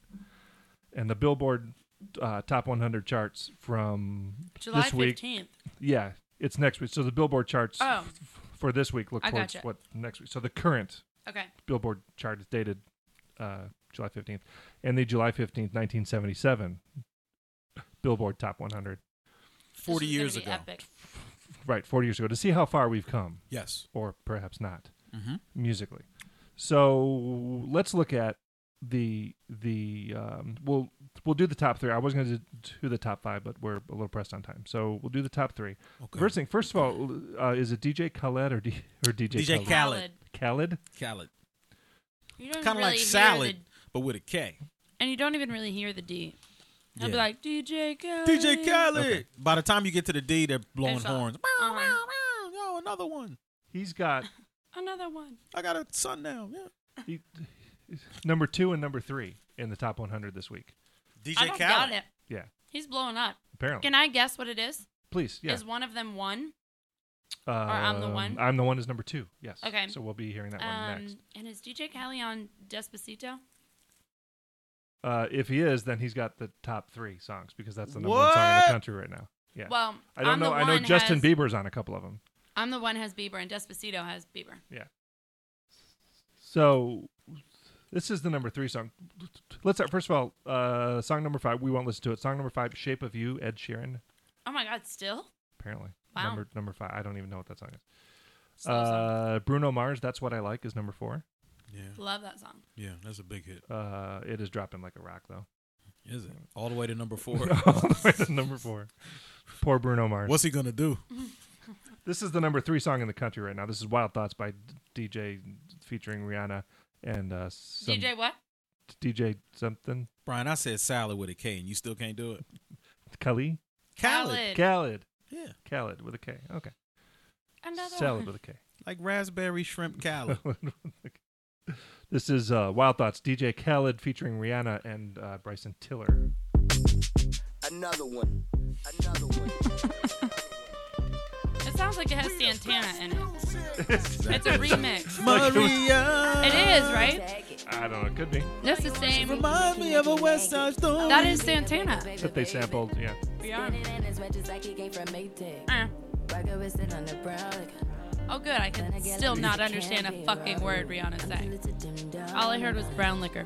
And the Billboard uh, Top 100 charts from
July
this week.
fifteenth.
Yeah, it's next week. So the Billboard charts
Oh.
f- for this week look
I
towards
gotcha.
what next week. So the current
Okay.
Billboard chart is dated uh, July 15th, and the July 15th, 1977 Billboard Top 100.
Forty
This is gonna
years
be
ago.
Epic.
Right, 40 years ago, to see how far we've come,
Yes.
or perhaps not.
Mm-hmm.
musically. So let's look at the the um, we'll we'll do the top three. I was going to do the top five, but we're a little pressed on time, so we'll do the top three.
Okay.
First thing, first of all, uh, is it DJ Khaled or, D- or DJ,
DJ
Khaled?
Khaled.
Khaled?
Khaled,
You don't
kind of
really
like
hear
salad,
the-
but with a K.
and you don't even really hear the D. I'll be
Yeah.
like DJ Khaled.
DJ Khaled. By the time you get to the D, they're blowing
There's a-
horns.
uh-huh.
Meow, meow, meow. Yo, another one.
He's got
Another one.
I got a son now. Yeah.
he, number two and number three in the top 100 this week.
DJ
I don't
Khaled.
doubt it.
Yeah,
He's blowing up.
apparently.
Can I guess what it is?
Please, yeah.
Is one of them one?
um,
I'm the One?
I'm the one is number two. Yes.
Okay.
So we'll be hearing that one
Um,
next.
and is DJ Khaled on Despacito?
Uh, if he is, then he's got the top three songs because that's the number one song in the
What?
country right now. Yeah.
Well,
I don't
am
know.
The
I know
one
Justin
has,
Bieber's on a couple of them.
I'm the one has Bieber, and Despacito has Bieber.
So this is the number three song. Let's start. First of all, uh, song number five. We won't listen to it. Song number five, "Shape of You," Ed Sheeran.
Oh my God! Still,
Apparently,
Wow.
number number five. I don't even know what that song is.
Slow song.
Uh, Bruno Mars, "That's What I Like," is number four.
Yeah,
love that song.
yeah, that's a big hit.
Uh, it is dropping like a rock, though.
Is it all the way to number four?
All the way to number four. Poor Bruno Mars.
What's he gonna do?
This is the number three song in the country right now. This is "Wild Thoughts" by D- DJ featuring Rihanna and uh, some
DJ what?
DJ something
Brian, I said salad with a K, and you still can't do it.
Khalid.
Khaled.
Khaled.
Yeah,
Khaled with a K. Okay.
Another
Salad
one.
with a K.
like raspberry shrimp Khaled.
This is uh, Wild Thoughts, DJ Khaled featuring Rihanna and uh, Bryson Tiller.
Another one.
It sounds like it has Santana in it. It's a remix.
Maria.
It is, right?
I don't know. It could be
That's the same.
Remind me of a West Side Story.
That is Santana.
that they sampled. Yeah.
We are.
Maytag.
Eh.
Rocket with it on the brown.
Oh, good. I can still not understand a fucking word Rihanna's saying. All I heard was brown liquor.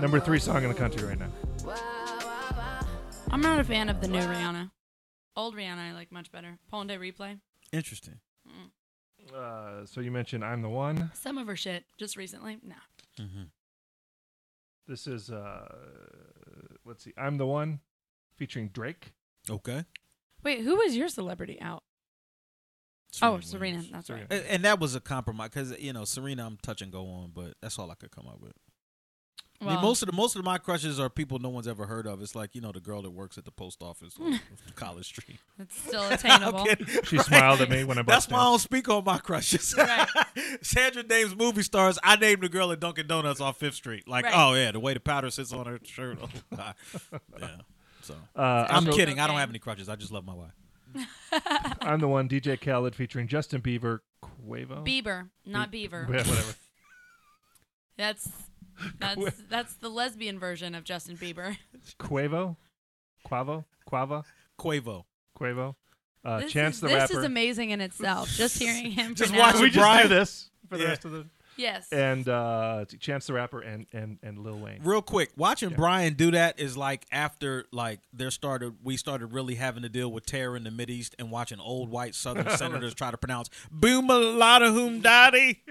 Number three song in the country right now.
I'm not a fan of the new Rihanna. Old Rihanna I like much better. Ponde replay.
Interesting.
Uh, so you mentioned I'm the one.
Some of her shit just recently. No.
Mm-hmm.
This is uh, let's see, I'm the one, featuring Drake.
Okay.
Wait, who was your celebrity out? Oh, Serena.
Williams.
That's
Serena.
right.
And, and that was a compromise because you know Serena, I'm touch and go on, but that's all I could come up with. I mean,
Well,
most of the most of my crushes are people no one's ever heard of. It's like you know the girl that works at the post office on College Street.
it's still attainable.
I'm kidding.
She smiled at me when I
That's
bust
why I don't speak on my crushes.
Right.
Sandra names movie stars. I named the girl at Dunkin' Donuts off Fifth Street. Like,
Right.
oh yeah, the way the powder sits on her shirt. yeah. So
Uh,
I'm
the,
kidding. I don't
Okay.
have any crutches. I just love my wife.
I'm the one. DJ Khaled featuring Justin Bieber, Quavo.
Bieber, not Beaver.
Yeah, whatever.
That's that's that's the lesbian version of Justin Bieber.
Quavo, Quavo, Quava,
Quavo.
Quavo. Uh,
this
Chance
is,
the
this
rapper.
is amazing in itself. Just hearing him.
Just
pronounce-
watch
we
it.
just
Brian.
do this for the
Yeah.
rest of the
Yes.
and uh, Chance the rapper and and and Lil Wayne.
Real quick, watching
Yeah.
Brian do that is like after like there started we started really having to deal with terror in the Mid East and watching old white Southern senators try to pronounce Boomalada Humdadi.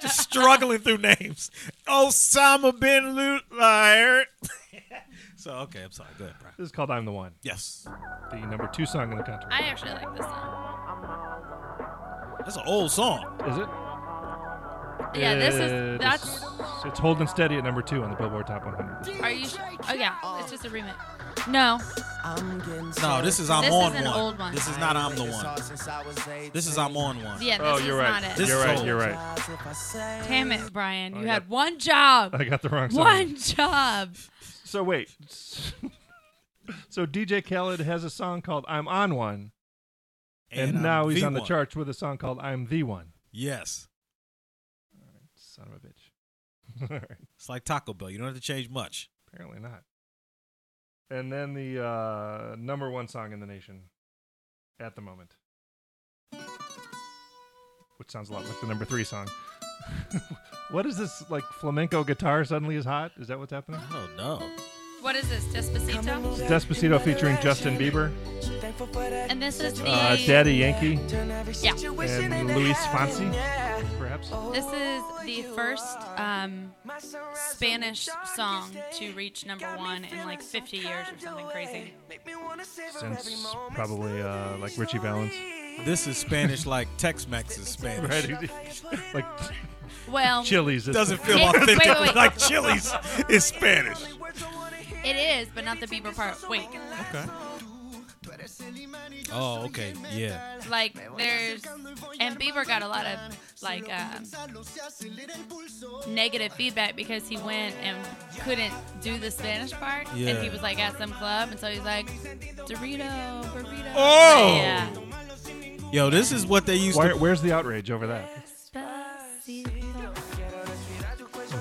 just struggling through names. Osama bin Laden. so okay, I'm sorry. Go ahead, Brian.
This is called "I'm the One,"
Yes,
the number two song in the country.
I actually like this song.
that's an old song.
Is it?
Yeah, this is
It
that's.
It's holding steady at number two on the Billboard Top 100.
Are you? sh- Oh yeah, it's just a remix. No,
No, this is I'm
This
on
is an
one.
old one.
This is not I'm the one. This is I'm on one.
yeah, this is
Oh, This
not it.
Oh, you're
is
right.
old.
You're right.
Damn it, Brian!
I
You
got-
had one job.
I got the wrong song.
One job.
So wait. So DJ Khaled has a song called "I'm on One," and,
I'm
now he's
the
on the
one.
charts with a song called "I'm the One."
Yes,
Son of a bitch. All right.
it's like Taco Bell. You don't have to change much.
Apparently not. And then the uh, number one song in the nation at the moment, which sounds a lot like the number three song. what is this? Like flamenco guitar suddenly is hot? Is that what's happening?
Oh no.
What is this? Despacito.
Despacito featuring Justin Bieber,
And this is the.
uh, Daddy Yankee,
Yeah.
and Luis Fonsi, perhaps.
This is the first um, Spanish song to reach number one in like 50 years or something crazy.
Since probably uh, like Richie Valens,
This is Spanish like Tex Mex is Spanish.
right? like
Well,
Chili's. is-
Doesn't feel
Hey, wait,
authentic
wait, wait.
like Chili's is Spanish.
it is, but not the Bieber part. Wait,
Okay. Oh, okay. Yeah.
like there's and Bieber got a lot of like um, negative feedback because he went and couldn't do the Spanish part,
Yeah.
and he was like at some club, and so he's like Dorito, burrito.
Oh!
yeah.
Yo, this is what they used
Where,
to.
where's the outrage over that?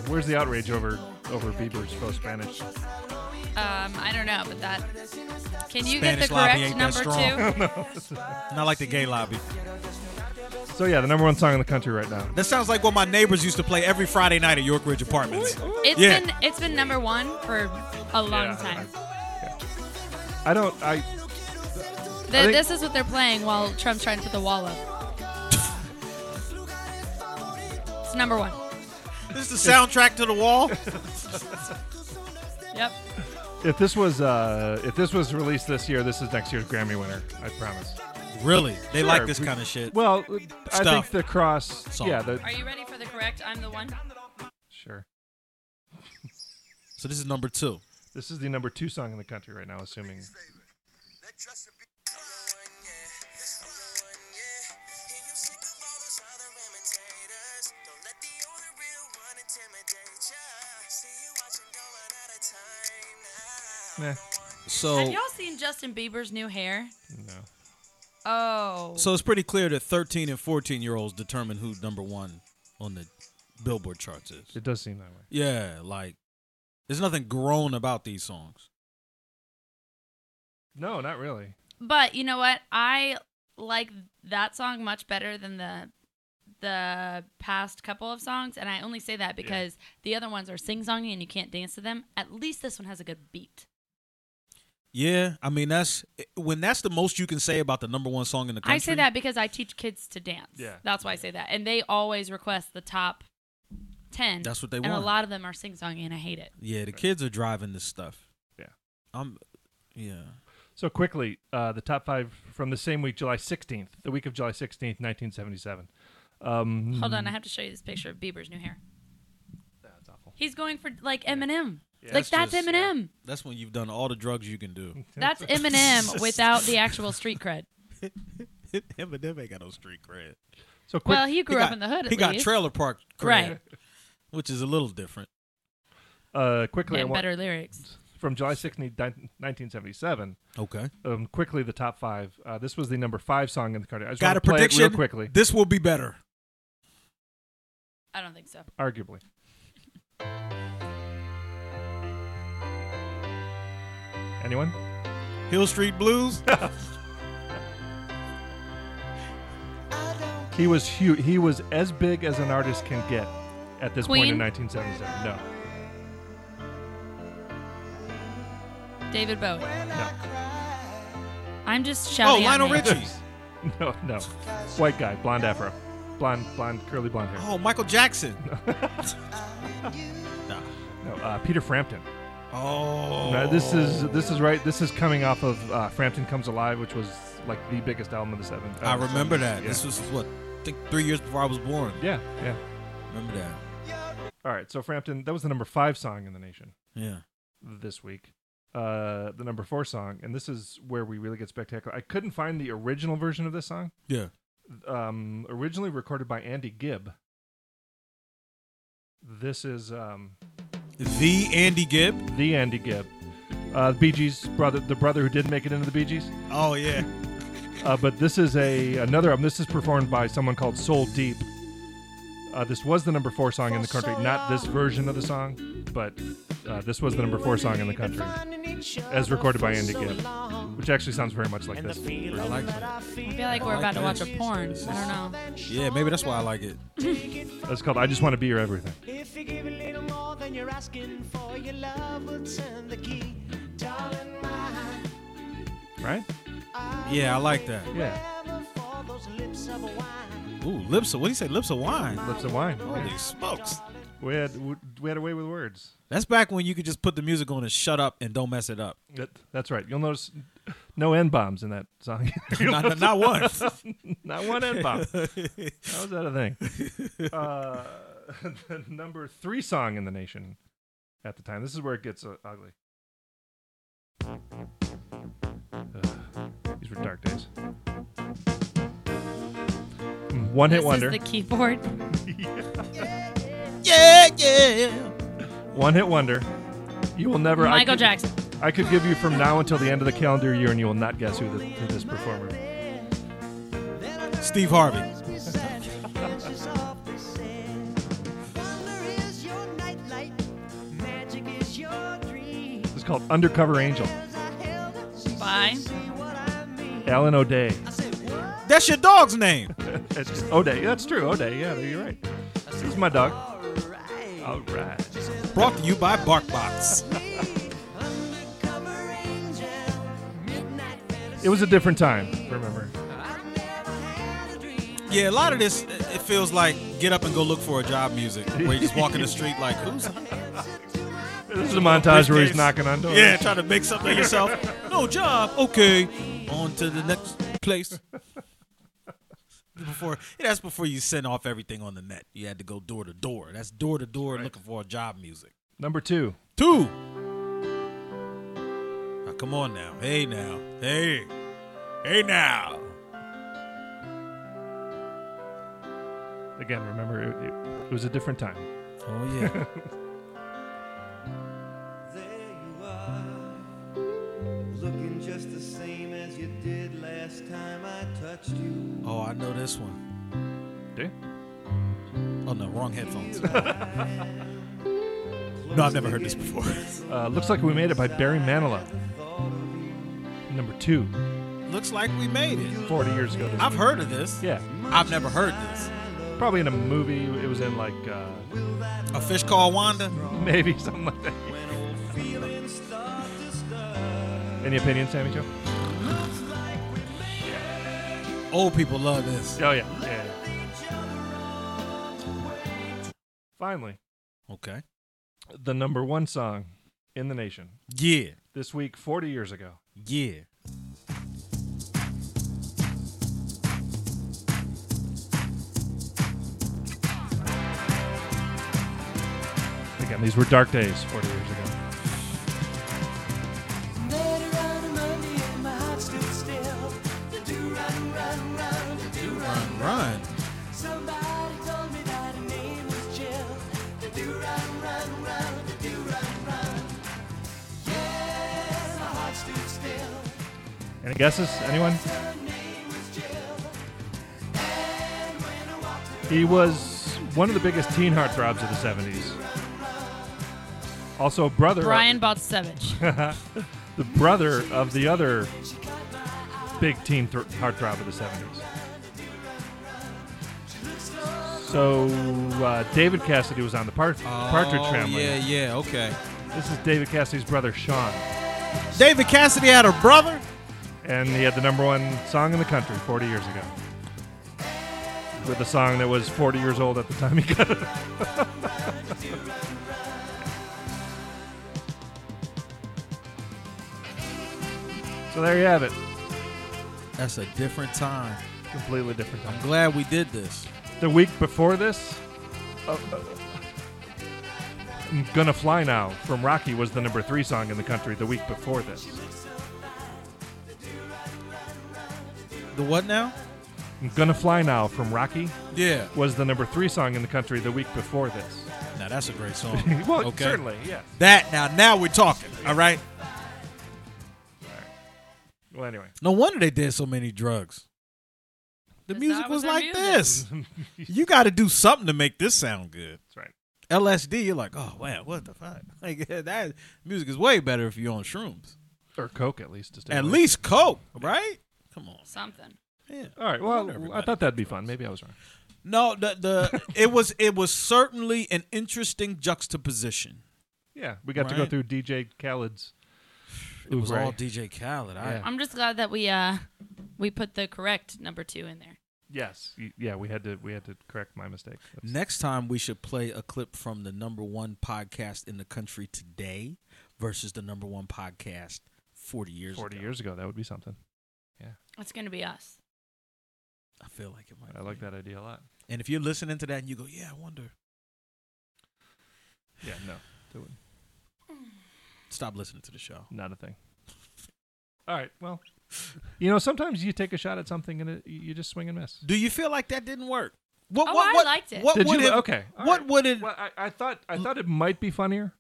Where's the outrage over over Bieber's faux Spanish?
Um, I don't know, but that. Can you
Spanish
get the
lobby
correct
ain't that
number
strong.
two?
Not like the gay lobby.
So yeah, the number one song in the country right now.
That sounds like what my neighbors used to play every Friday night at York Ridge Apartments.
It's
Yeah.
been it's been number one for a long
Yeah,
time.
I don't. I
Th-
think-
this is what they're playing while Trump's trying to put the wall up. it's number one.
This is the soundtrack to the wall.
Yep.
if this was uh if this was released this year, this is next year's Grammy winner. I promise.
Really? They
Sure,
like this
we-
kind of shit.
Well, I think
Stuff.
the cross.
Song.
Yeah. The,
Are you ready for the correct? I'm the one.
sure.
So this is number two.
This is the number two song in the country right now, assuming. Nah.
So
Have y'all seen Justin Bieber's new hair?
No.
Oh.
so it's pretty clear that 13 and 14 year olds determine who number one on the Billboard charts is.
It does seem that way.
Yeah, like there's nothing grown about these songs.
No, not really.
But you know what? I like that song much better than the the past couple of songs, and I only say that because the other ones are sing songy and you can't dance to them. At least this one has a good beat.
Yeah, I mean that's eh, when that's the most you can say about the number one song in the country.
I say that because I teach kids to dance.
Yeah.
That's why I say that. And they always request the top ten.
That's what they
and
want.
a lot of them are sing songy and I hate it.
Yeah, the kids are driving this stuff.
Yeah.
I'm. Yeah.
So quickly, uh, the top five from the same week, July 16th, the week of July 16th, 1977. Um,
Hold on, I have to show you this picture of Bieber's new hair.
That's awful.
He's going for like Eminem.
Yeah.
like that's
just-
Eminem.
That's when you've done all the drugs you can do.
That's Eminem without the actual street cred.
Eminem ain't got no street cred.
So quick,
Well, he grew
got,
up in the hood. At
He got
least.
trailer park cred,
Right.
which is a little different.
uh, quickly, I
and
want,
better lyrics.
from July 16th, 1977.
Okay.
Um, quickly, the top five. Uh, this was the number five song in the country. I just
Got a
want to play
prediction.
it real quickly,
This will be better.
I don't think so.
arguably. Anyone?
Hill Street Blues.
He was huge. He was as big as an artist can get at this point in
Queen?
1977. No.
David Bowie.
No.
I'm just
oh,
shouting. out
Lionel
names.
Richie.
No, no. White guy, blonde afro. Blonde, blonde, curly blonde hair.
Oh, Michael Jackson. Nah.
No, uh, Peter Frampton.
Oh.
No, this is this is right. This is coming off of uh, Frampton Comes Alive, which was like the biggest album of the seven. uh,
I remember that.
Yeah.
This was what I think three years before I was born.
yeah, yeah.
Remember that?
All right, so Frampton, that was the number five song in the nation
Yeah.
this week. Uh, the number four song, and this is where we really get spectacular. I couldn't find the original version of this song.
Yeah.
Um, originally recorded by Andy Gibb. This is um,
The Andy Gibb.
the Andy Gibb, uh, Bee Gees brother, the brother who didn't make it into the Bee Gees.
Oh yeah.
Uh, but this is a another album. This is performed by someone called Soul Deep. Uh, this was the number four song in the country, not this version of the song, but uh, this was the number four song in the country, as recorded by Andy Gibb, which actually sounds very much like this.
I like that.
I feel like we're
Oh,
about to watch a porn. I don't know.
Yeah, maybe that's why I like it.
It's called "I Just Want to Be Your Everything."
If you give a little more than you're asking for, your love will turn the key. Darling mine,
Right?
Yeah, I like that.
Yeah.
ever for those lips of wine.
Ooh, lips of what do you say? Lips of wine.
Lips of wine.
Holy
Yeah.
smokes!
We had we had a way with words.
That's back when you could just put the music on and shut up and don't mess it up.
That, that's right. You'll notice no n bombs in that song.
not, not one.
Not one N bomb. How is that a thing? Uh, the number three song in the nation at the time. This is where it gets uh, ugly. Ugh, these were dark days. Mm, One hit
this
wonder.
is the keyboard.
yeah, yeah.
One hit wonder. You will never. I
Michael
could,
Jackson.
I could give you from now until the end of the calendar year, and you will not guess who, the, who this performer.
Steve Harvey.
She's off the sand. Wonder is your nightlight, magic is your dream.
This is called Undercover Angel.
As I held her, she
Bye.
see what I mean.
Alan O'Day.
I said, what?
That's your dog's name.
It's O'Day. That's true. O'Day. Yeah, you're right. This is my dog.
All right.
All right.
Brought to you by BarkBox.
Undercover angel, midnight fantasy.
It was a different time, remember.
I've never had a dream.
Yeah, a lot of this it feels like get up and go look for a job music, where you just walk in the street like who's
This is a montage where he's knocking on doors.
yeah, trying to make something of yourself. No job. Okay, on to the next place. Before that's before you send off everything on the net. You had to go door to door. That's door to door looking for a job music.
Number two.
Two. Now, come on now. Hey now. Hey. Hey now.
Again, remember, it, it, it was a different time.
Oh yeah.
There you are. last time I touched you.
Oh, I know this one.
Do you?
Oh no, wrong headphones. no, I've never heard this before.
Uh, Looks Like We Made It by Barry Manilow. Number two,
Looks like we made it.
40 years ago. this
I've
week.
heard of this.
Yeah,
I've never heard this.
probably in a movie. It was in like uh,
A fish called Wanda.
maybe something like that. Any opinion, Sammy Joe?
Old people love this.
Oh yeah, yeah. yeah. Finally,
Okay.
the number one song in the nation
Yeah.
this week, 40 years ago.
Yeah.
Again, these were dark days 40 years ago.
Later on a Monday and my heart stood still. You do run, run, run, you do run.
Run.
Somebody told me that her name was Jill. You do run, run, run, you do run, run. Yeah, my heart stood still.
Any guesses? Anyone? He was one of the biggest teen heartthrobs of the 70s. Also, brother of-
Brian Baltsevich.
the brother of the other big teen thr heartthrob of the 70s. So, uh, David Cassidy was on the part- Partridge
oh,
Family.
Yeah, yeah, okay.
This is David Cassidy's brother, Sean.
David Cassidy had a brother?
and he had the number one song in the country 40 years ago with a song that was 40 years old at the time he got it. so there you have it.
That's a different time.
Completely different
I'm
time.
glad we did this.
The week before this, uh, uh, I'm Gonna Fly Now from Rocky was the number three song in the country the week before this.
The what now?
I'm Gonna Fly Now from Rocky
Yeah.
was the number three song in the country the week before this.
Now that's a great song.
well,
okay.
certainly, yeah.
That now now we're talking. All right.
Well, anyway,
No wonder they did so many drugs. The
Is
music
that
was
what their
like
music-
this. you got to do something to make this sound good.
that's right.
LSD, you're like, oh wow, what the fuck? Like that music is way better if you're on shrooms.
Or Coke, at least. To stay
At
away.
least coke, right? Come on.
Something.
Yeah.
All right.
Wonder
Well, I
everybody.
thought that'd be fun. Maybe I was wrong.
No, the the it was it was certainly an interesting juxtaposition.
Yeah, we got to go
Right.
through DJ Khaled's.
It was
Oubre.
all DJ Khaled. I,
Yeah.
I'm just glad that we uh we put the correct number two in there.
Yes. y- Yeah, we had to we had to correct my mistake. That's-
Next time we should play a clip from the number one podcast in the country today versus the number one podcast forty years.
Forty
ago.
years ago, that would be something.
That's gonna be us.
I feel like it might.
I like
be.
that idea a lot.
And if you're listening to that and you go, yeah, I wonder,
Yeah. No, that would-
stop listening to the show.
not a thing. All right. Well, you know, sometimes you take a shot at something and it, you just swing and miss.
Do you feel like that didn't work? What?
Oh,
what,
I
what-
liked it.
What
Did
would
you?
Have,
okay. all
what
right.
would it?
Well, I, I thought I thought it might be funnier,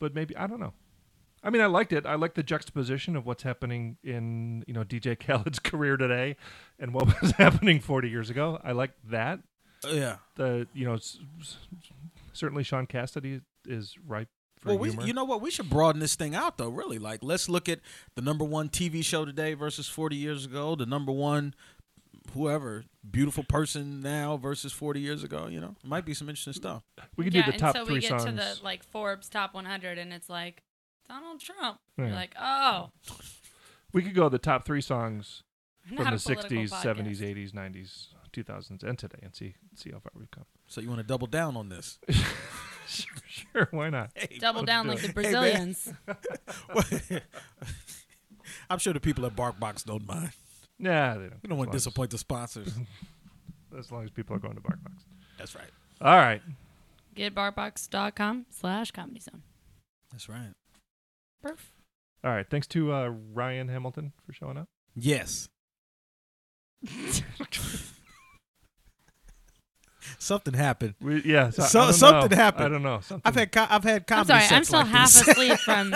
but maybe I don't know. I mean, I liked it. I liked the juxtaposition of what's happening in you know DJ Khaled's career today, and what was happening 40 years ago. I liked that.
yeah.
The you know s- s- certainly Sean Cassidy is ripe for
Well,
humor.
we, you know what? We should broaden this thing out, though. Really, like let's look at the number one TV show today versus forty years ago. The number one, whoever, beautiful person now versus forty years ago. You know, it might be some interesting stuff.
we could
yeah,
do the top
and so
three
we get
songs.
to the like Forbes top 100, and it's like Donald Trump.
Yeah.
You're like, oh,
we could go the top three songs
not
from the
a political
60s,
podcast.
70s, 80s, 90s, 2000s, and today, and see see how far we've come.
So you want to double down on this?
sure, sure, why not?
Double
Let's
down
do
like
it.
the Brazilians.
I'm sure the people at BarkBox don't mind.
Nah, they don't.
We don't want to
As long
disappoint the sponsors.
as- As long as people are going to BarkBox.
That's right.
All right.
Get barbox.com slash comedy zone.
That's right.
Perf.
All right. Thanks to uh, Ryan Hamilton for showing up.
Yes. Something happened.
We, yeah, so I- I
So-
don't
something
know.
happened.
I don't know. Something.
I've had co- I've had
I'm
comedy
sorry,
sex
I'm still
like
half
this.
asleep from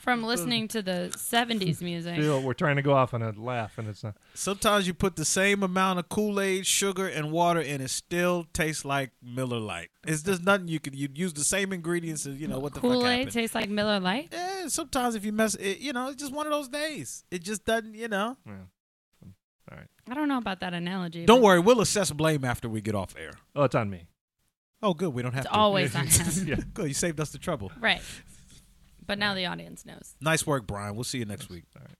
from listening to the '70s music.
Feel- we're trying to go off on a laugh, and it's not.
Sometimes you put the same amount of Kool Aid, sugar, and water, and it still tastes like Miller Lite. It's just nothing you could. You use the same ingredients, and you know what the
Kool
fuck
Aid
happened.
tastes like Miller Lite.
yeah, sometimes if you mess, it, you know, it's just one of those days. It just doesn't, you know.
I don't know about that analogy.
Don't
but
worry, we'll assess blame after we get off air.
Oh, it's on me.
Oh, good, we don't have
It's
to.
always on him.
Yeah.
Good, you saved us the trouble.
Right. But now the audience knows.
Nice work, Brian. We'll see you next week.
All right.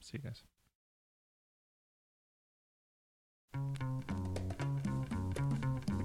See you guys. The